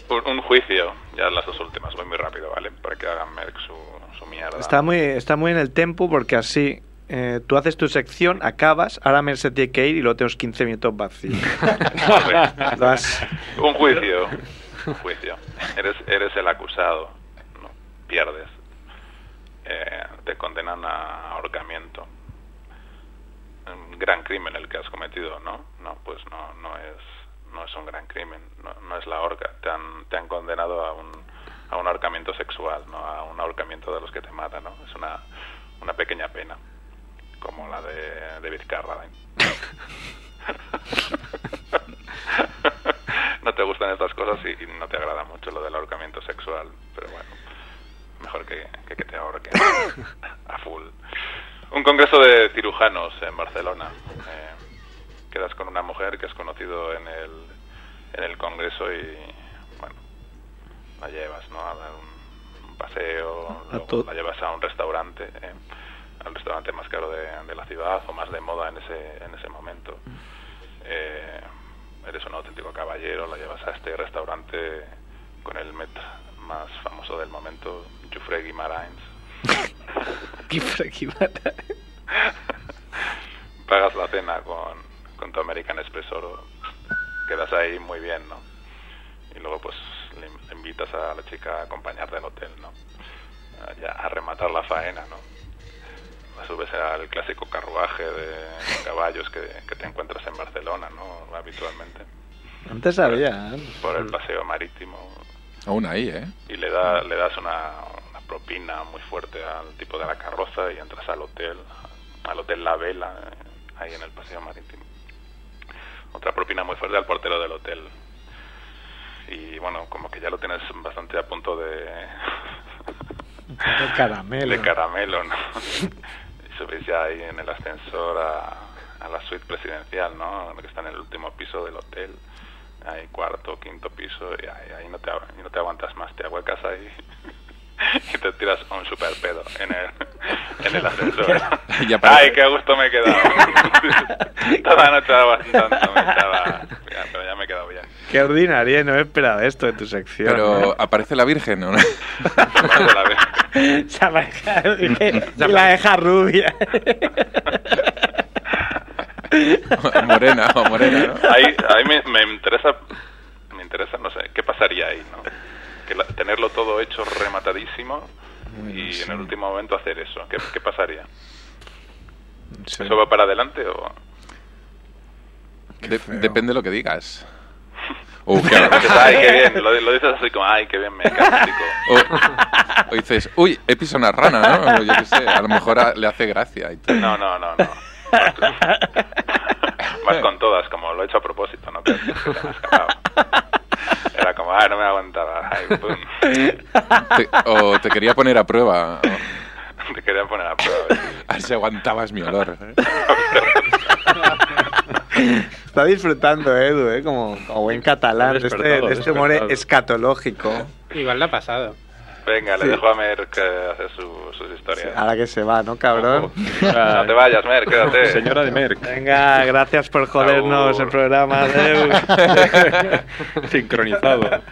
[SPEAKER 13] Un, un juicio, ya las dos últimas, voy muy rápido, ¿vale? Para que hagan Merck su, su mierda.
[SPEAKER 5] Está muy, está muy en el tempo porque así eh, tú haces tu sección, acabas, ahora Merce tiene que ir y luego tenemos 15 minutos vacíos. Lo has-
[SPEAKER 13] Un juicio. Un juicio. Eres, eres el acusado. No, pierdes. Eh, te condenan a ahorcamiento. Un gran crimen el que has cometido, ¿no? No, pues no, no es, no es un gran crimen. No, no es la horca. Te han, te han condenado a un, a un ahorcamiento sexual, ¿no? A un ahorcamiento de los que te matan, ¿no? Es una, una pequeña pena. Como la de ¿eh? David Carradine. no te gustan estas cosas y, y no te agrada mucho lo del ahorcamiento sexual, pero bueno, mejor que que, que te ahorquen a full. Un congreso de cirujanos en Barcelona. Eh, quedas con una mujer que has conocido en el, en el congreso y, bueno, la llevas, ¿no? A dar un, un paseo,
[SPEAKER 5] A
[SPEAKER 13] luego
[SPEAKER 5] to-
[SPEAKER 13] la llevas a un restaurante, eh, al restaurante más caro de, de la ciudad o más de moda en ese, en ese momento. Eh, eres un auténtico caballero, la llevas a este restaurante con el met más famoso del momento, Jufre Guimaraens. Pagas la cena con, con tu American Express Oro, quedas ahí muy bien, ¿no? Y luego pues le, in- le invitas a la chica a acompañarte al hotel, ¿no? A- ya a rematar la faena, ¿no? La subes al clásico carruaje de caballos que, que te encuentras en Barcelona, ¿no? Habitualmente.
[SPEAKER 5] Antes había.
[SPEAKER 4] ¿eh?
[SPEAKER 13] Por
[SPEAKER 4] Mm.
[SPEAKER 13] el paseo marítimo,
[SPEAKER 4] Aún ahí, ¿eh?
[SPEAKER 13] y le, da, le das una, una propina muy fuerte al tipo de la carroza y entras al hotel, al hotel La Vela, eh, ahí en el Paseo Marítimo. otra propina muy fuerte al portero del hotel. Y bueno, como que ya lo tienes bastante a punto de,
[SPEAKER 5] De caramelo.
[SPEAKER 13] de caramelo, ¿no? y subís ya ahí en el ascensor a, a la suite presidencial, ¿no? Que está en el último piso del hotel. Ahí cuarto, quinto piso, y ahí, ahí no, te, agu- y no te aguantas más, te ahuecas ahí y te tiras un super pedo en el, en el ascensor.
[SPEAKER 4] Ya para-
[SPEAKER 13] Ay, qué gusto me he quedado. Toda la noche aguantando, me estaba... Ya, pero ya me he quedado bien.
[SPEAKER 5] Qué ordinaria, no he esperado esto de tu sección.
[SPEAKER 4] Pero aparece la Virgen, ¿no?
[SPEAKER 5] Se aparece la Virgen y la deja rubia.
[SPEAKER 4] morena, o morena, ¿no?
[SPEAKER 13] Ahí, ahí me, me interesa, me interesa, no sé, ¿qué pasaría ahí, no? Que la- tenerlo todo hecho rematadísimo y en el último momento hacer eso, ¿qué, qué pasaría? ¿Eso va para adelante o...?
[SPEAKER 4] De- depende de lo que digas. Uh, qué-
[SPEAKER 13] ay, qué bien, lo, lo dices así como, ay, qué bien, me encanta, chico.
[SPEAKER 4] O, o dices, uy, he pisado una rana, ¿no? O Yo qué sé, a lo mejor a- le hace gracia. Y tal.
[SPEAKER 13] No, no, no, no. Vas con todas, como lo he hecho a propósito, ¿no? Que se te han escapado. Era como, ay, no me aguantaba, ay, pum.
[SPEAKER 4] Te- o te quería poner a prueba. o-
[SPEAKER 13] Te quería poner a prueba.
[SPEAKER 4] a ver si aguantabas mi olor. ¿eh?
[SPEAKER 5] Está disfrutando, Edu, ¿eh? como, como buen catalán. de Este,
[SPEAKER 13] Despertado,
[SPEAKER 5] de este humor
[SPEAKER 13] despertado.
[SPEAKER 5] escatológico.
[SPEAKER 8] Igual la ha pasado.
[SPEAKER 13] Venga, le
[SPEAKER 5] Sí.
[SPEAKER 13] dejo a Mer que hace su- sus historias.
[SPEAKER 5] Ahora que se va, ¿no, cabrón?
[SPEAKER 13] No te vayas, Mer, quédate. Señora de Mer.
[SPEAKER 5] Venga, gracias por jodernos el programa, Edu.
[SPEAKER 7] Sincronizado.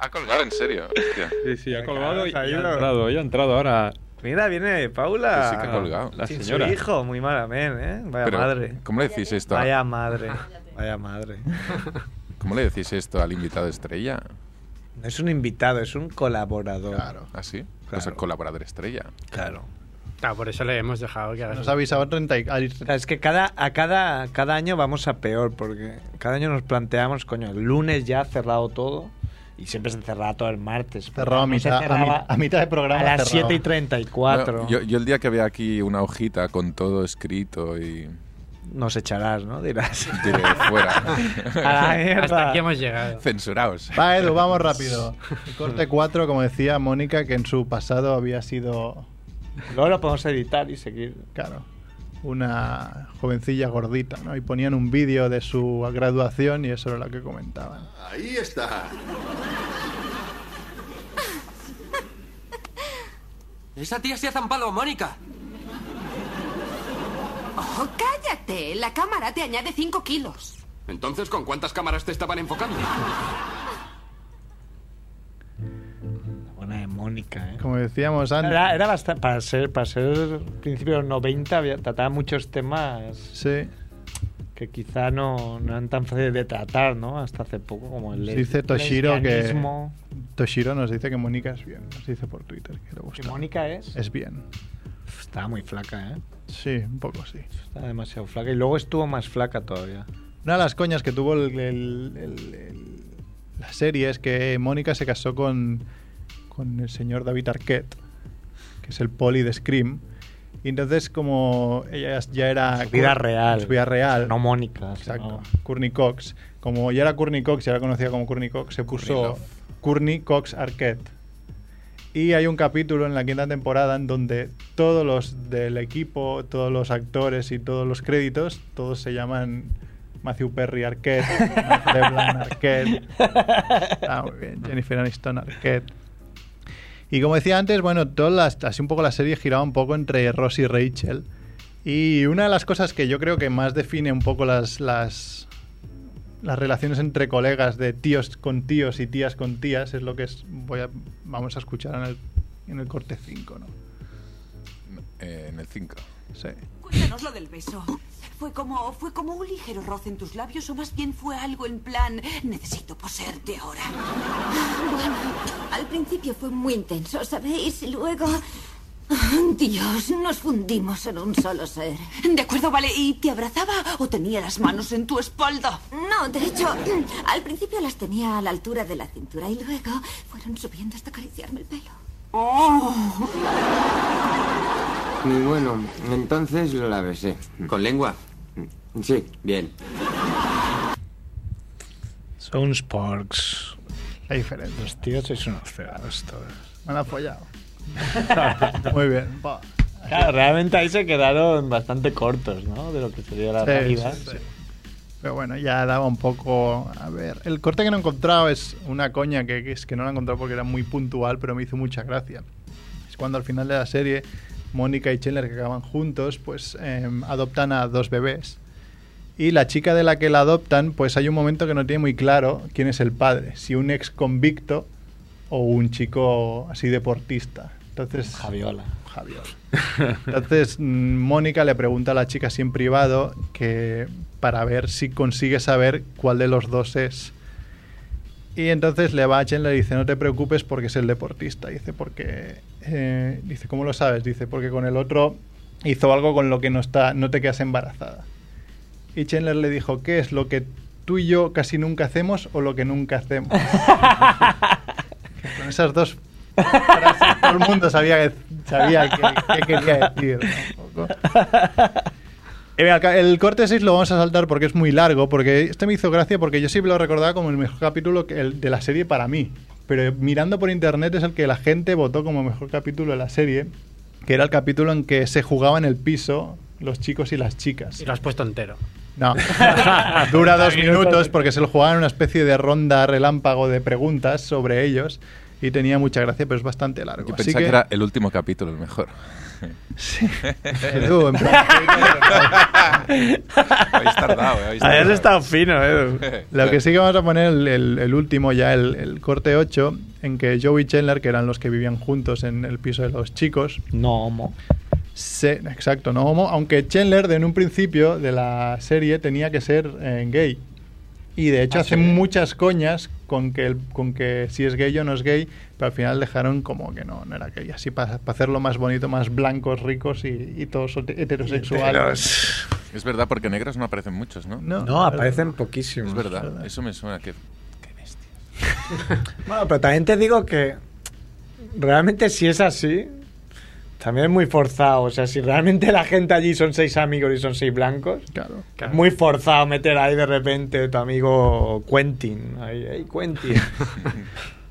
[SPEAKER 4] Ha colgado, en serio. Hostia.
[SPEAKER 7] Sí, sí, ha colgado y,
[SPEAKER 5] se ha
[SPEAKER 7] y ha
[SPEAKER 5] ido.
[SPEAKER 7] entrado. Ya ha entrado ahora.
[SPEAKER 5] Mira, viene Paula.
[SPEAKER 4] Que sí que ha colgado. La
[SPEAKER 5] Sin
[SPEAKER 4] señora.
[SPEAKER 5] Su hijo, muy malamente, ¿eh? Vaya
[SPEAKER 4] Pero,
[SPEAKER 5] madre.
[SPEAKER 4] ¿Cómo le decís esto? a-
[SPEAKER 5] Vaya madre. Vaya madre.
[SPEAKER 4] ¿Cómo le decís esto al invitado estrella?
[SPEAKER 5] No es un invitado, es un colaborador.
[SPEAKER 4] Claro. ¿Así? Pues el colaborador estrella.
[SPEAKER 5] Claro.
[SPEAKER 8] Claro, por eso le hemos dejado que haga
[SPEAKER 2] Nos
[SPEAKER 8] su-
[SPEAKER 2] ha avisado 30 y- al-
[SPEAKER 5] Claro, es que cada, a cada, cada año vamos a peor, porque cada año nos planteamos, coño, el lunes ya ha cerrado todo, y siempre se cerraba todo el martes.
[SPEAKER 2] Cerrado a
[SPEAKER 5] No se
[SPEAKER 2] mitad- a
[SPEAKER 5] cerraba
[SPEAKER 2] mi- a mitad de programa
[SPEAKER 5] A las
[SPEAKER 2] cerraba.
[SPEAKER 5] 7 y 34.
[SPEAKER 4] Bueno, yo, yo el día que vea aquí una hojita con todo escrito y
[SPEAKER 5] Nos echarás, ¿no? Dirás.
[SPEAKER 4] diré fuera.
[SPEAKER 5] A la mierda.
[SPEAKER 8] Hasta aquí hemos llegado.
[SPEAKER 4] Censuraos.
[SPEAKER 2] Va, Edu, vamos rápido. El corte 4, como decía Mónica, que en su pasado había sido
[SPEAKER 5] Luego lo podemos editar y seguir.
[SPEAKER 2] Claro. una jovencilla gordita, ¿no? Y ponían un vídeo de su graduación y eso era lo que comentaban.
[SPEAKER 14] Ahí está.
[SPEAKER 15] Esa tía se ha zampado a Mónica.
[SPEAKER 11] Oh, cállate. La cámara te añade 5 kilos.
[SPEAKER 15] Entonces, ¿con cuántas cámaras te estaban enfocando?
[SPEAKER 5] Buena de Mónica, ¿eh?
[SPEAKER 2] Como decíamos antes.
[SPEAKER 5] Era, era bastante. Para ser, para ser principio de los 90, había, trataba muchos temas
[SPEAKER 2] Sí.
[SPEAKER 5] que quizá no, no eran tan fáciles de tratar, ¿no? Hasta hace poco, como el.
[SPEAKER 2] Nos
[SPEAKER 5] les-
[SPEAKER 2] dice Toshiro que.
[SPEAKER 5] lesbianismo.
[SPEAKER 2] Toshiro nos dice que Mónica es bien. Nos dice por Twitter que le gusta.
[SPEAKER 5] ¿Que Mónica es?
[SPEAKER 2] Es bien.
[SPEAKER 5] Estaba muy flaca, ¿eh?
[SPEAKER 2] Sí, un poco sí.
[SPEAKER 5] Estaba demasiado flaca. Y luego estuvo más flaca todavía.
[SPEAKER 2] Una de las coñas que tuvo el- el- el- el- la serie es que Mónica se casó con, con el señor David Arquette, que es el poli de Scream. Y entonces, como ella ya era.
[SPEAKER 5] Su vida real.
[SPEAKER 2] Su vida real.
[SPEAKER 5] No Mónica.
[SPEAKER 2] Exacto. Courtney Cox. Como ya era Courtney Cox y ahora conocida como Courtney Cox, se puso Courtney Cox Arquette. Y hay un capítulo en la quinta temporada en donde todos los del equipo, todos los actores y todos los créditos, todos se llaman Matthew Perry Arquette, Matt LeBlanc Arquette, ah, muy bien, Jennifer Aniston Arquette. Y como decía antes, bueno, todas las- así un poco la serie giraba un poco entre Ross y Rachel. Y una de las cosas que yo creo que más define un poco las, las, las relaciones entre colegas de tíos con tíos y tías con tías es lo que es- voy a- vamos a escuchar en el, en el corte 5, ¿no?
[SPEAKER 4] Eh, en el 5.
[SPEAKER 2] Sí.
[SPEAKER 11] Cuéntanos lo del beso. Fue como, fue como un ligero roce en tus labios o más bien fue algo en plan, necesito poseerte ahora.
[SPEAKER 16] Bueno, al principio fue muy intenso, ¿sabéis? Y luego... Dios, nos fundimos en un solo ser.
[SPEAKER 11] De acuerdo, vale. ¿Y te abrazaba o tenía las manos en tu espalda?
[SPEAKER 16] No, de hecho, al principio las tenía a la altura de la cintura y luego fueron subiendo hasta acariciarme el pelo.
[SPEAKER 17] Y bueno, entonces la besé. ¿Con lengua? Sí, bien.
[SPEAKER 5] Sounds porks.
[SPEAKER 2] La diferencia.
[SPEAKER 5] Los tíos sois unos cegados todos.
[SPEAKER 2] Me han apoyado. Muy bien. pa.
[SPEAKER 5] Claro, realmente ahí se quedaron bastante cortos, ¿no? De lo que sería la
[SPEAKER 2] Sí,
[SPEAKER 5] realidad.
[SPEAKER 2] sí, sí. Pero bueno, ya daba un poco. A ver, el corte que no he encontrado es una coña que, que es que no la he encontrado porque era muy puntual, pero me hizo mucha gracia. Es cuando al final de la serie, Mónica y Chandler, que acaban juntos, pues eh, adoptan a dos bebés. Y la chica de la que la adoptan, pues hay un momento que no tiene muy claro quién es el padre, si un ex convicto o un chico así deportista. Entonces,
[SPEAKER 5] Javiola.
[SPEAKER 2] Javiola. Entonces, mm, Mónica le pregunta a la chica así en privado que para ver si consigue saber cuál de los dos es. Y entonces le va a Chandler y dice, no te preocupes porque es el deportista. Dice, porque... eh, dice, ¿cómo lo sabes? Dice, porque con el otro hizo algo con lo que no, está, no te quedas embarazada. Y Chandler le dijo, ¿qué es lo que tú y yo casi nunca hacemos o lo que nunca hacemos? con esas dos frases todo el mundo sabía que sabía que- que quería decir. ¿no? Un poco. Eh, mira, ca- El corte 6 lo vamos a saltar porque es muy largo, porque este me hizo gracia porque yo siempre lo recordaba como el mejor capítulo que- el de la serie para mí. Pero mirando por internet es el que la gente votó como mejor capítulo de la serie, que era el capítulo en que se jugaba en el piso los chicos y las chicas.
[SPEAKER 8] Y lo has puesto entero.
[SPEAKER 2] No. Dura dos minutos porque se lo jugaban en una especie de ronda relámpago de preguntas sobre ellos y tenía mucha gracia, pero es bastante largo.
[SPEAKER 4] Yo
[SPEAKER 2] Así
[SPEAKER 4] pensaba que... era el último capítulo, el mejor.
[SPEAKER 2] Sí. Edu, en plan-
[SPEAKER 4] habéis tardado, eh, habéis
[SPEAKER 5] Ayer
[SPEAKER 4] tardado.
[SPEAKER 5] estado fino, eh.
[SPEAKER 2] Lo que sí que vamos a poner el, el- el último, ya el, el corte 8, en que Joey y Chandler, que eran los que vivían juntos en el piso de los chicos.
[SPEAKER 5] No homo.
[SPEAKER 2] exacto, no homo. Aunque Chandler, de en un principio de la serie, tenía que ser eh, gay. Y de hecho,
[SPEAKER 5] Ah,
[SPEAKER 2] hace
[SPEAKER 5] sí.
[SPEAKER 2] muchas coñas con que, el- con que si es gay o no es gay, pero al final dejaron como que no, no era gay. Así para hacerlo más bonito, más blancos, ricos y, y todos heterosexuales.
[SPEAKER 4] Es verdad, porque negros no aparecen muchos, ¿no?
[SPEAKER 2] No,
[SPEAKER 5] No, aparecen poquísimos.
[SPEAKER 4] Es verdad, eso me suena que...
[SPEAKER 5] Bueno, pero también te digo que realmente si es así, también es muy forzado. O sea, si realmente la gente allí son seis amigos y son seis blancos,
[SPEAKER 2] claro,
[SPEAKER 5] es muy forzado meter ahí de repente tu amigo Quentin. Ahí, ahí, Quentin.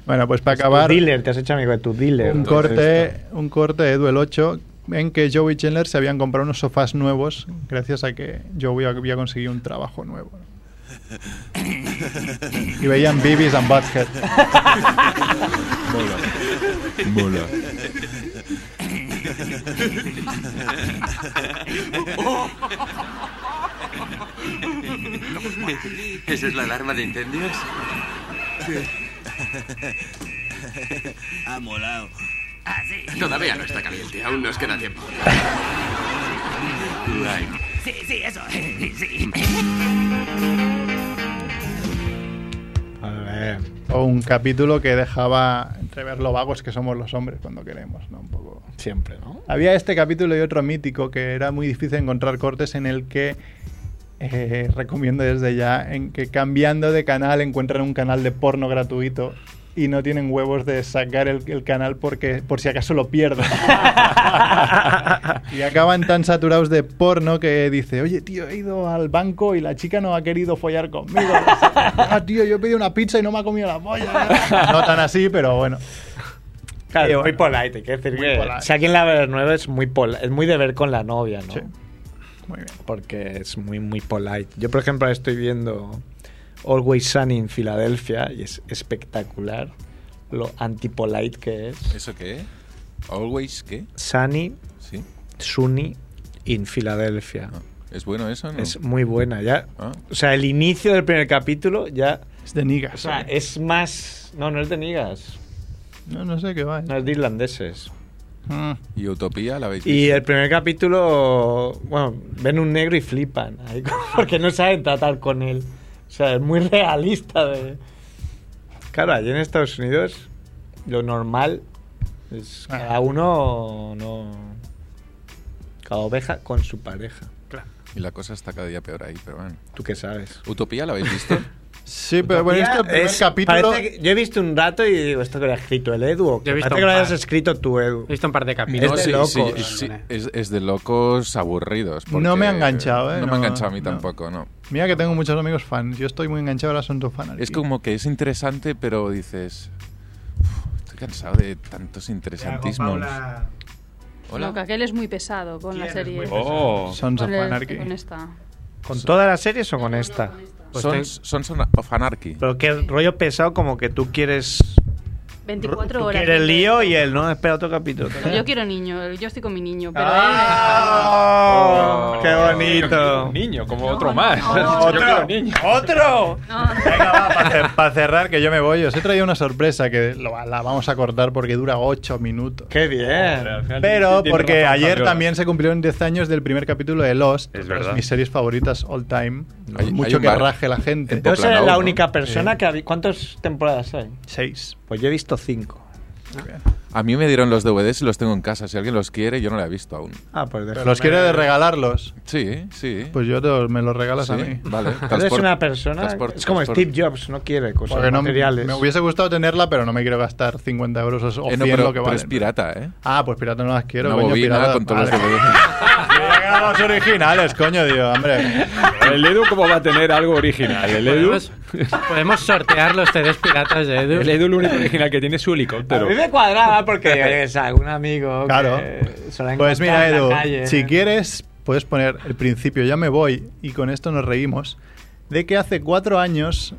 [SPEAKER 2] Bueno, pues para
[SPEAKER 5] Es tu
[SPEAKER 2] acabar-
[SPEAKER 5] dealer, te has hecho amigo de tu dealer.
[SPEAKER 2] Un corte, un corte de Duel 8 en que Joey y Chandler se habían comprado unos sofás nuevos gracias a que Joey había conseguido un trabajo nuevo. Y veían Bibis and Butthead.
[SPEAKER 4] Mola. Mola.
[SPEAKER 12] ¿Esa es la alarma de incendios?
[SPEAKER 10] Ha molado. Ah,
[SPEAKER 12] Todavía no está caliente, aún nos queda tiempo.
[SPEAKER 10] Sí, sí, eso. Sí.
[SPEAKER 2] O un capítulo que dejaba entrever lo vagos que somos los hombres cuando queremos, ¿no? Un poco.
[SPEAKER 5] Siempre, ¿no?
[SPEAKER 2] Había este capítulo y otro mítico que era muy difícil encontrar cortes en el que eh, recomiendo desde ya en que cambiando de canal encuentran un canal de porno gratuito y no tienen huevos de sacar el, el canal porque por si acaso lo pierden. y acaban tan saturados de porno que dice, oye tío, eh, he ido al banco y la chica no ha querido follar conmigo. ah, tío, yo he pedido una pizza y no me ha comido la polla. No tan así, pero bueno.
[SPEAKER 5] Claro,
[SPEAKER 2] Y
[SPEAKER 8] Eh,
[SPEAKER 2] bueno.
[SPEAKER 5] muy polite, hay que decir
[SPEAKER 2] Muy
[SPEAKER 5] que
[SPEAKER 2] polite.
[SPEAKER 5] si alguien la ver nueva es muy polite, es muy de ver con la novia, ¿no?
[SPEAKER 2] Muy bien.
[SPEAKER 5] Porque es muy muy polite. Yo por ejemplo ahora estoy viendo Always Sunny en Filadelfia y es espectacular lo antipolite que es.
[SPEAKER 4] ¿Eso qué? ¿Always qué?
[SPEAKER 5] Sunny,
[SPEAKER 4] Sí.
[SPEAKER 5] Sunny in Filadelfia.
[SPEAKER 2] Ah,
[SPEAKER 4] ¿Es bueno eso? No?
[SPEAKER 5] Es muy buena ya. O sea, el inicio del primer capítulo ya
[SPEAKER 2] es de nigas.
[SPEAKER 5] O sea, es más no, no es de nigas,
[SPEAKER 2] No, no sé qué va. eh.
[SPEAKER 5] no es de irlandeses.
[SPEAKER 2] Mm.
[SPEAKER 4] ¿Y Utopía la veis?
[SPEAKER 5] Y el primer capítulo, bueno, ven un negro y flipan, ahí, porque no saben tratar con él. O sea, es muy realista. De... Claro, allí en Estados Unidos lo normal es
[SPEAKER 8] Ah.
[SPEAKER 5] cada uno, no, cada oveja con su pareja.
[SPEAKER 4] Y la cosa está cada día peor ahí, pero bueno.
[SPEAKER 5] ¿Tú qué sabes?
[SPEAKER 4] ¿Utopía la habéis visto?
[SPEAKER 2] Sí, pero bueno, este primer
[SPEAKER 5] Es-
[SPEAKER 2] capítulo.
[SPEAKER 5] parece que- yo he visto un rato y digo, ¿esto que lo ha escrito el Edu? o qué?
[SPEAKER 8] Yo he visto
[SPEAKER 5] Parece
[SPEAKER 8] un
[SPEAKER 5] que lo
[SPEAKER 8] par.
[SPEAKER 5] hayas escrito tú, Edu. Este He
[SPEAKER 8] visto un par de
[SPEAKER 5] capítulos.
[SPEAKER 4] No,
[SPEAKER 5] Es de
[SPEAKER 4] sí,
[SPEAKER 5] locos.
[SPEAKER 4] sí, sí, es, es de locos aburridos. porque
[SPEAKER 2] No me ha enganchado, ¿eh?
[SPEAKER 4] No, me
[SPEAKER 2] No,
[SPEAKER 4] ha enganchado a mí
[SPEAKER 2] no.
[SPEAKER 4] tampoco, no.
[SPEAKER 2] Mira que tengo muchos amigos fans. Yo estoy muy enganchado al asunto fan.
[SPEAKER 4] Es como que es interesante, pero dices. "Uf, Estoy cansado de tantos interesantismos.
[SPEAKER 14] No, que aquel es muy pesado con la serie.
[SPEAKER 4] Oh. Sons
[SPEAKER 14] Con
[SPEAKER 4] of
[SPEAKER 14] el-
[SPEAKER 4] Anarchy.
[SPEAKER 14] Con esta.
[SPEAKER 5] ¿Con todas las series o con esta? Pues
[SPEAKER 4] Sons- of Anarchy.
[SPEAKER 5] Pero qué rollo pesado, como que tú quieres.
[SPEAKER 14] 24
[SPEAKER 5] Tú
[SPEAKER 14] horas.
[SPEAKER 5] quieres lío y él, ¿no? Espera otro capítulo.
[SPEAKER 14] No, Yo quiero niño, yo estoy con mi niño, pero
[SPEAKER 4] Ah.
[SPEAKER 5] Oh.
[SPEAKER 4] Oh,
[SPEAKER 5] ¡Qué bonito!
[SPEAKER 7] Niño, como otro más. Yo quiero niño.
[SPEAKER 5] ¡Otro!
[SPEAKER 2] Para Eh, cerrar, que yo me voy, os he traído una sorpresa que lo- la vamos a cortar porque dura 8 minutos.
[SPEAKER 5] ¡Qué bien!
[SPEAKER 2] Pero porque ayer también se cumplieron 10 años del primer capítulo de Lost,
[SPEAKER 5] Es
[SPEAKER 2] otra de
[SPEAKER 5] verdad.
[SPEAKER 2] mis series favoritas all time.
[SPEAKER 5] Hay- hay
[SPEAKER 2] Mucho
[SPEAKER 5] un
[SPEAKER 2] que
[SPEAKER 5] bar
[SPEAKER 2] raje la gente.
[SPEAKER 5] Yo soy la única persona que ha vi- ¿Cuántas temporadas hay?
[SPEAKER 2] Seis.
[SPEAKER 5] Pues yo he visto cinco.
[SPEAKER 4] A mí me dieron los DVDs y los tengo en casa. Si alguien los quiere, yo no la he visto aún.
[SPEAKER 5] Ah, pues
[SPEAKER 2] Pero ¿Los quiere de regalarlos?
[SPEAKER 4] Sí, sí.
[SPEAKER 2] Pues yo te- me los regalas a
[SPEAKER 4] Sí,
[SPEAKER 2] mí.
[SPEAKER 4] vale.
[SPEAKER 5] Tú eres una persona. es como Steve Jobs, no quiere cosas
[SPEAKER 2] Porque no,
[SPEAKER 5] materiales.
[SPEAKER 2] me hubiese gustado tenerla, pero no me quiero gastar 50 euros o, o
[SPEAKER 4] Eh, no,
[SPEAKER 2] 100
[SPEAKER 4] pero-
[SPEAKER 2] lo que
[SPEAKER 4] pero
[SPEAKER 2] vale.
[SPEAKER 4] es pirata, ¿eh?
[SPEAKER 2] Ah, pues pirata no las quiero,
[SPEAKER 4] Una
[SPEAKER 2] coño,
[SPEAKER 4] bobina
[SPEAKER 2] pirata.
[SPEAKER 4] con todos los
[SPEAKER 2] los originales, coño, digo, hombre.
[SPEAKER 7] El Edu, ¿cómo va a tener algo original? El Edu.
[SPEAKER 8] ¿Podemos, podemos sortear los CDs piratas de Edu.
[SPEAKER 7] El Edu, lo único original que tiene es su helicóptero.
[SPEAKER 5] A mí me cuadraba porque oye, es algún amigo. que
[SPEAKER 2] Claro.
[SPEAKER 5] se lo ha encontrado
[SPEAKER 2] Pues mira,
[SPEAKER 5] en la
[SPEAKER 2] Edu,
[SPEAKER 5] calle. ¿eh?
[SPEAKER 2] si quieres, puedes poner el principio, ya me voy, y con esto nos reímos, de que hace cuatro años,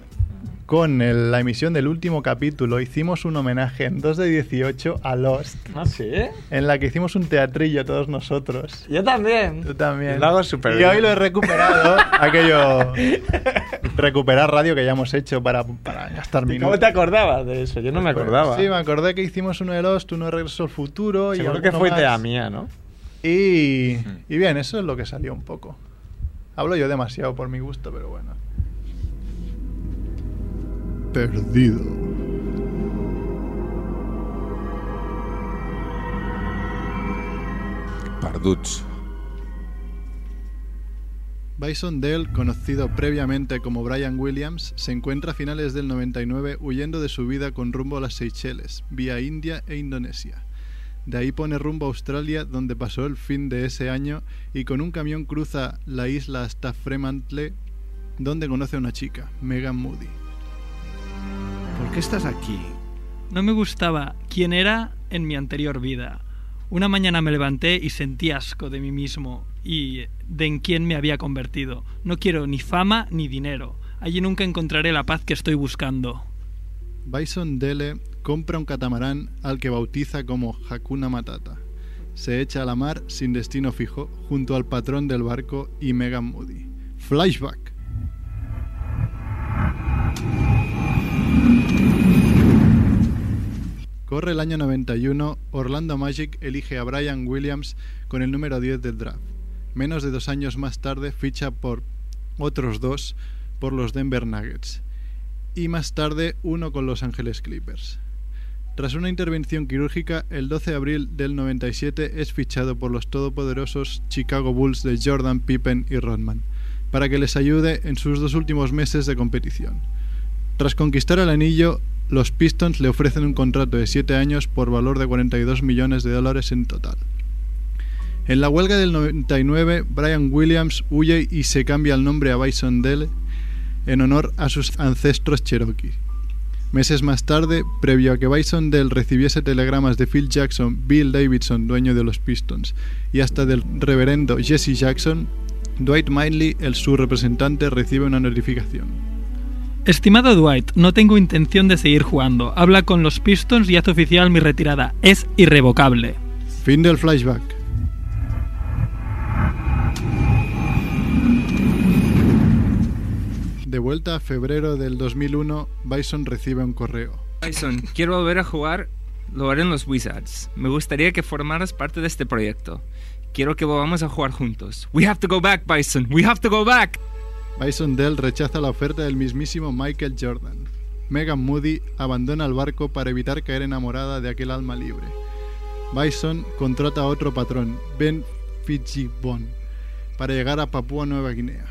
[SPEAKER 2] con el- la emisión del último capítulo, hicimos un homenaje en 2 de 18 a Lost,
[SPEAKER 5] Ah, sí.
[SPEAKER 2] en la que hicimos un teatrillo todos nosotros.
[SPEAKER 5] Yo también.
[SPEAKER 2] Tú también.
[SPEAKER 5] Lo hago súper
[SPEAKER 2] Y
[SPEAKER 5] bien.
[SPEAKER 2] hoy lo he recuperado, aquello. Recuperar radio que ya hemos hecho para, para gastar
[SPEAKER 5] ¿Y ¿Cómo
[SPEAKER 2] minutos.
[SPEAKER 5] te acordabas de eso? Yo no me acordaba.
[SPEAKER 2] Sí, me acordé que hicimos uno de Lost, uno de Regreso al Futuro. y
[SPEAKER 5] Seguro que
[SPEAKER 2] alguno
[SPEAKER 5] fue
[SPEAKER 2] más.
[SPEAKER 5] idea mía, ¿no?
[SPEAKER 2] Y, y bien, eso es lo que salió un poco. Hablo yo demasiado por mi gusto, pero bueno. Perdido.
[SPEAKER 4] Parduts.
[SPEAKER 2] Bison Dell, conocido previamente como Brian Williams, se encuentra a finales del 99 huyendo de su vida con rumbo a las Seychelles, vía India e Indonesia. De ahí pone rumbo a Australia, donde pasó el fin de ese año y con un camión cruza la isla hasta Fremantle, donde conoce a una chica, Megan Moody.
[SPEAKER 18] ¿Por qué estás aquí? No me gustaba quién era en mi anterior vida. Una mañana me levanté y sentí asco de mí mismo y de en quién me había convertido. No quiero ni fama ni dinero. Allí nunca encontraré la paz que estoy buscando.
[SPEAKER 2] Bison Dele compra un catamarán al que bautiza como Hakuna Matata. Se echa a la mar sin destino fijo junto al patrón del barco y Megan Moody. Flashback. Corre el año 91, Orlando Magic elige a Brian Williams con el número 10 del draft. Menos de dos años más tarde ficha por otros dos por los Denver Nuggets y más tarde uno con Los Ángeles Clippers. Tras una intervención quirúrgica, el 12 de abril del 97 es fichado por los todopoderosos Chicago Bulls de Jordan Pippen y Rodman, para que les ayude en sus dos últimos meses de competición. Tras conquistar el anillo, los Pistons le ofrecen un contrato de 7 años por valor de 42 millones de dólares en total. En la huelga del 99, Brian Williams huye y se cambia el nombre a Bison Dele en honor a sus ancestros cherokee. Meses más tarde, previo a que Bison Dell recibiese telegramas de Phil Jackson, Bill Davidson, dueño de los Pistons, y hasta del reverendo Jesse Jackson, Dwight Mindley, el su representante, recibe una notificación.
[SPEAKER 18] Estimado Dwight, no tengo intención de seguir jugando. Habla con los Pistons y haz oficial mi retirada. Es irrevocable.
[SPEAKER 2] Fin del flashback. De vuelta a febrero del 2001, Bison recibe un correo.
[SPEAKER 19] Tyson, quiero volver a jugar. Lo haré en los Wizards. Me gustaría que formaras parte de este proyecto. Quiero que volvamos a jugar juntos. We have to go back, Bison. We have to go back.
[SPEAKER 2] Bison Dell rechaza la oferta del mismísimo Michael Jordan. Megan Moody abandona el barco para evitar caer enamorada de aquel alma libre. Bison contrata a otro patrón, Ben Fitzgibbon, para llegar a Papúa Nueva Guinea.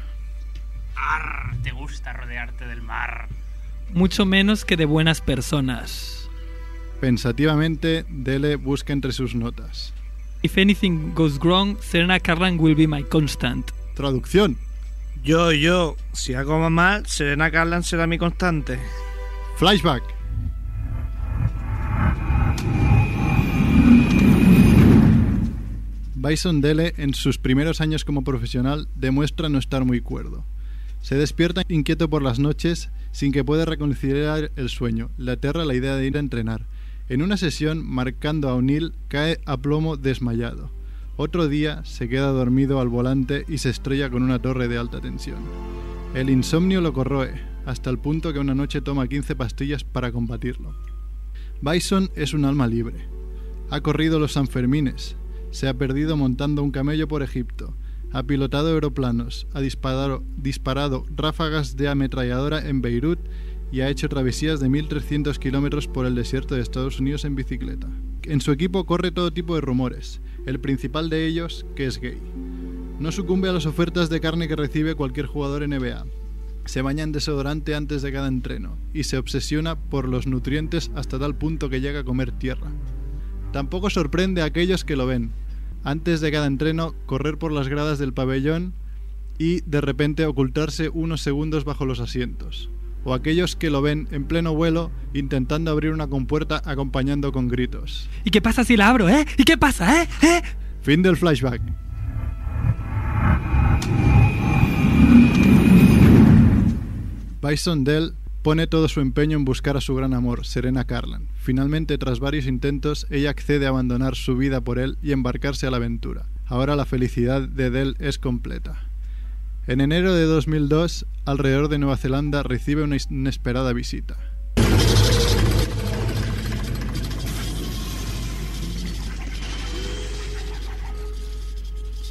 [SPEAKER 20] Ar, te gusta rodearte del mar.
[SPEAKER 18] Mucho menos que de buenas personas.
[SPEAKER 2] Pensativamente, Dele busca entre sus notas.
[SPEAKER 18] If anything goes wrong, Serena Carlan will be my constant.
[SPEAKER 2] Traducción.
[SPEAKER 21] Yo, yo, si hago mal, Serena Carlan será mi constante.
[SPEAKER 2] Flashback. Bison Dele, en sus primeros años como profesional, demuestra no estar muy cuerdo. Se despierta inquieto por las noches sin que pueda reconciliar el sueño. Le aterra la idea de ir a entrenar. En una sesión, marcando a O'Neill, cae a plomo desmayado. Otro día se queda dormido al volante y se estrella con una torre de alta tensión. El insomnio lo corroe, hasta el punto que una noche toma 15 pastillas para combatirlo. Bison es un alma libre. Ha corrido los Sanfermines, se ha perdido montando un camello por Egipto, ha pilotado aeroplanos, ha disparado, disparado ráfagas de ametralladora en Beirut y ha hecho travesías de 1.300 kilómetros por el desierto de Estados Unidos en bicicleta. En su equipo corre todo tipo de rumores, el principal de ellos que es gay. No sucumbe a las ofertas de carne que recibe cualquier jugador NBA. Se baña en desodorante antes de cada entreno y se obsesiona por los nutrientes hasta tal punto que llega a comer tierra. Tampoco sorprende a aquellos que lo ven. Antes de cada entreno, correr por las gradas del pabellón y de repente ocultarse unos segundos bajo los asientos. O aquellos que lo ven en pleno vuelo intentando abrir una compuerta acompañando con gritos.
[SPEAKER 18] ¿Y qué pasa si la abro, eh? ¿Y qué pasa, eh? ¿Eh?
[SPEAKER 2] Fin del flashback. Bison Dell pone todo su empeño en buscar a su gran amor, Serena Carlan. Finalmente, tras varios intentos, ella accede a abandonar su vida por él y embarcarse a la aventura. Ahora la felicidad de Dell es completa. En enero de 2002, alrededor de Nueva Zelanda, recibe una inesperada visita.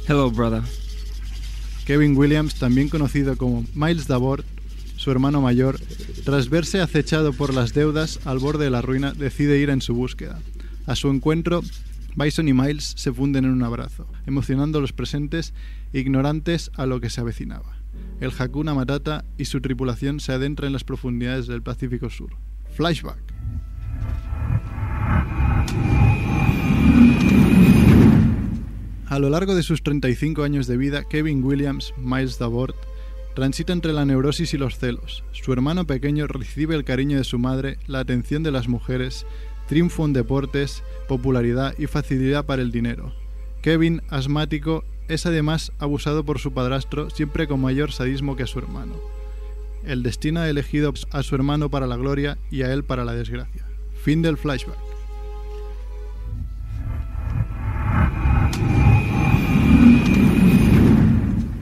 [SPEAKER 19] Hello, brother.
[SPEAKER 2] Kevin Williams, también conocido como Miles Davort, su hermano mayor, tras verse acechado por las deudas al borde de la ruina, decide ir en su búsqueda. A su encuentro, Bison y Miles se funden en un abrazo, emocionando a los presentes ignorantes a lo que se avecinaba. El Hakuna Matata y su tripulación se adentra en las profundidades del Pacífico Sur. Flashback. A lo largo de sus 35 años de vida, Kevin Williams, Miles Davort, transita entre la neurosis y los celos. Su hermano pequeño recibe el cariño de su madre, la atención de las mujeres, triunfo en deportes, popularidad y facilidad para el dinero. Kevin, asmático, es además abusado por su padrastro, siempre con mayor sadismo que a su hermano. El destino ha elegido a su hermano para la gloria y a él para la desgracia. Fin del flashback.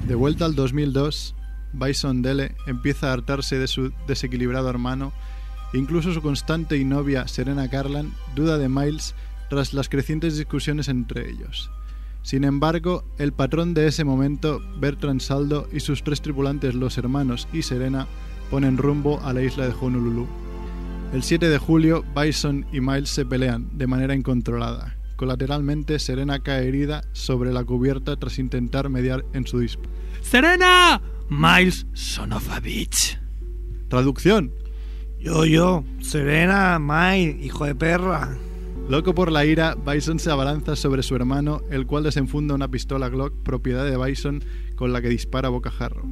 [SPEAKER 2] De vuelta al 2002, Bison Dele empieza a hartarse de su desequilibrado hermano. Incluso su constante y novia Serena Carlan duda de Miles tras las crecientes discusiones entre ellos. Sin embargo, el patrón de ese momento, Bertrand Saldo y sus tres tripulantes, los hermanos y Serena, ponen rumbo a la isla de Honolulu. El 7 de julio, Bison y Miles se pelean de manera incontrolada. Colateralmente, Serena cae herida sobre la cubierta tras intentar mediar en su disputa.
[SPEAKER 18] ¡Serena! Miles son of a bitch.
[SPEAKER 2] Traducción.
[SPEAKER 21] Yo, yo, Serena, Miles, hijo de perra.
[SPEAKER 2] Loco por la ira, Bison se abalanza sobre su hermano, el cual desenfunda una pistola Glock propiedad de Bison con la que dispara a bocajarro.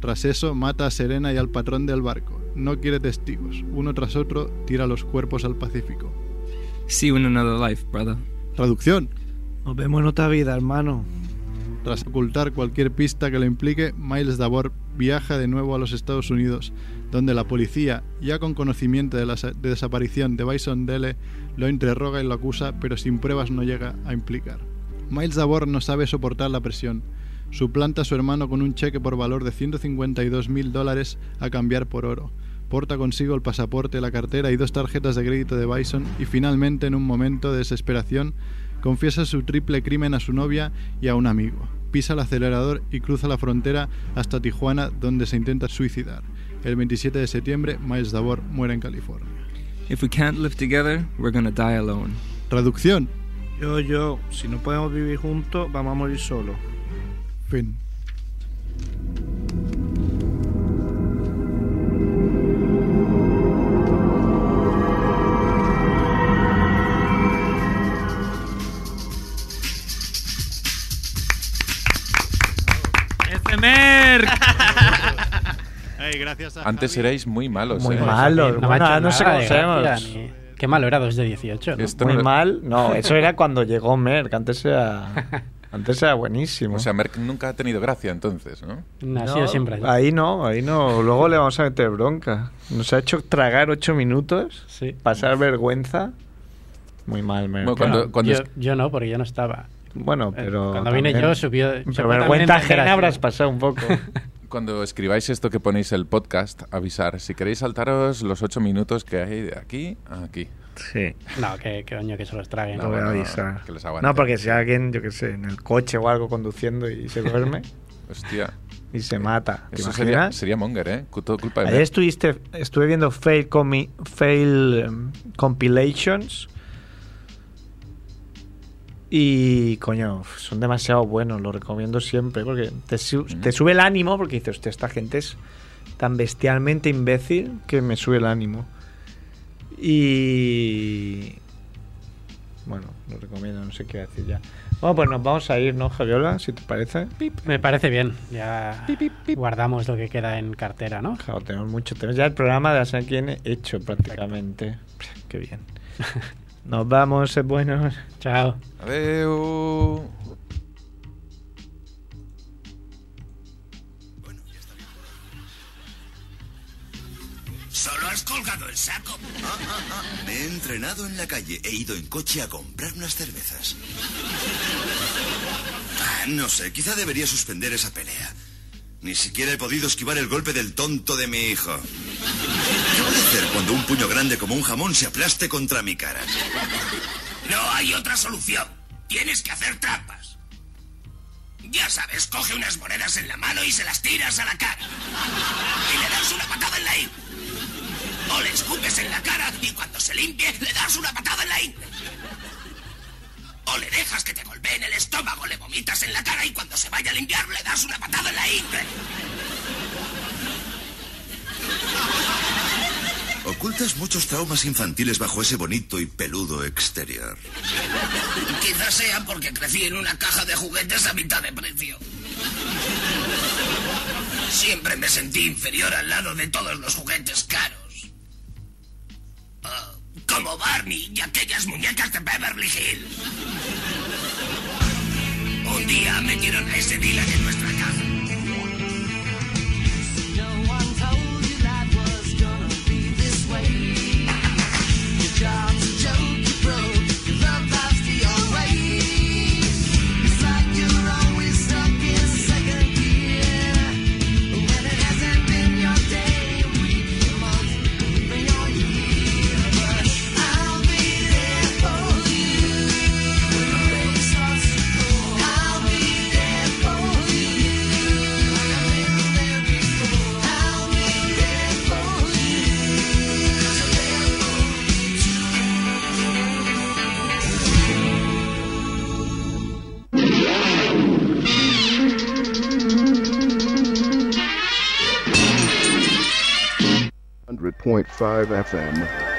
[SPEAKER 2] Tras eso, mata a Serena y al patrón del barco. No quiere testigos. Uno tras otro, tira los cuerpos al Pacífico.
[SPEAKER 19] See you in another life, brother.
[SPEAKER 2] Traducción.
[SPEAKER 21] Nos vemos en otra vida, hermano.
[SPEAKER 2] Tras ocultar cualquier pista que lo implique, Miles Davor viaja de nuevo a los Estados Unidos, donde la policía, ya con conocimiento de la de desaparición de Bison Dele, lo interroga y lo acusa, pero sin pruebas no llega a implicar. Miles Davor no sabe soportar la presión. Suplanta a su hermano con un cheque por valor de 152 mil dólares a cambiar por oro. Porta consigo el pasaporte, la cartera y dos tarjetas de crédito de Bison y finalmente, en un momento de desesperación, confiesa su triple crimen a su novia y a un amigo. Pisa el acelerador y cruza la frontera hasta Tijuana, donde se intenta suicidar. El 27 de septiembre, Miles Davor muere en California.
[SPEAKER 19] If we can't live together, we're gonna die alone.
[SPEAKER 2] Traducción.
[SPEAKER 21] Yo, yo, si no podemos vivir juntos, vamos a morir solos.
[SPEAKER 2] Fin.
[SPEAKER 18] ¡Este Merck!
[SPEAKER 2] Ey, gracias a
[SPEAKER 4] Antes
[SPEAKER 2] Javi.
[SPEAKER 4] erais muy malos.
[SPEAKER 5] Muy
[SPEAKER 4] ¿eh?
[SPEAKER 5] malos.
[SPEAKER 8] No me ha
[SPEAKER 5] bueno,
[SPEAKER 8] hecho
[SPEAKER 5] ahora no sé
[SPEAKER 8] nada
[SPEAKER 5] cómo
[SPEAKER 8] de
[SPEAKER 5] se llama.
[SPEAKER 8] gracia, ni- Qué malo era 2 de 18. ¿no?
[SPEAKER 5] Muy mal. No, eso era cuando llegó Merck. Antes era, antes era buenísimo.
[SPEAKER 4] O sea, Merck nunca ha tenido gracia entonces, ¿no?
[SPEAKER 8] No, ha sido siempre así.
[SPEAKER 5] Ahí no, ahí no. Luego le vamos a meter bronca. Nos ha hecho tragar ocho minutos, pasar vergüenza. Muy mal, Merck.
[SPEAKER 4] Bueno, cuando-
[SPEAKER 8] Bueno, yo, yo no, porque yo no estaba.
[SPEAKER 5] Bueno, pero.
[SPEAKER 8] Cuando vine
[SPEAKER 5] también-
[SPEAKER 8] yo subió.
[SPEAKER 5] Pero vergüenza ajena habrás pasado un poco.
[SPEAKER 4] Cuando escribáis esto que ponéis el podcast, avisar. Si queréis saltaros los ocho minutos que hay de aquí a aquí.
[SPEAKER 5] Sí.
[SPEAKER 8] No, que, que coño, que se los traguen.
[SPEAKER 5] No, voy a avisar.
[SPEAKER 4] que les aguante.
[SPEAKER 5] No, porque si alguien, yo qué sé, en el coche o algo conduciendo y se duerme
[SPEAKER 4] Hostia.
[SPEAKER 5] y se mata. ¿Te
[SPEAKER 4] Eso
[SPEAKER 5] imaginas?
[SPEAKER 4] sería, sería Monger, ¿eh? Cu- Todo culpa de
[SPEAKER 5] Ayer
[SPEAKER 4] Merck.
[SPEAKER 5] estuviste, estuve viendo fail, comi- fail em, compilations y coño, son demasiado buenos, lo recomiendo siempre porque te, su- te sube el ánimo porque dices, hostia, esta gente es tan bestialmente imbécil que me sube el ánimo. Y bueno, lo recomiendo, no sé qué decir ya. Bueno, pues nos vamos a ir, ¿no, Javiola? Si te parece.
[SPEAKER 8] Me parece bien. Ya guardamos lo que queda en cartera, ¿no?
[SPEAKER 5] Claro, tenemos mucho. Tenemos ya el programa de la semana que viene hecho prácticamente. Qué bien. Nos vamos, es buenos.
[SPEAKER 8] Chao.
[SPEAKER 4] Adeu.
[SPEAKER 1] Solo has colgado el saco.
[SPEAKER 22] Me he entrenado en la calle. He ido en coche a comprar unas cervezas.
[SPEAKER 1] Ah, No sé, quizá debería suspender esa pelea. Ni siquiera he podido esquivar el golpe del tonto de mi hijo. ¿Qué voy a hacer cuando un puño grande como un jamón se aplaste contra mi cara?
[SPEAKER 22] No hay otra solución. Tienes que hacer trampas. Ya sabes, coge unas monedas en la mano y se las tiras a la cara. Y le das una patada en la ingle. O le escupes en la cara y cuando se limpie le das una patada en la ingle. O le dejas que te golpee en el estómago, le vomitas en la cara y cuando se vaya a limpiar le das una patada en la ingle.
[SPEAKER 1] Ocultas muchos traumas infantiles bajo ese bonito y peludo exterior.
[SPEAKER 22] Quizás sea porque crecí en una caja de juguetes a mitad de precio. Siempre me sentí inferior al lado de todos los juguetes caros. Ah, como Barney y aquellas muñecas de Beverly Hills. Un día metieron a ese Dylan en nuestra casa.
[SPEAKER 23] Hundred point five FM.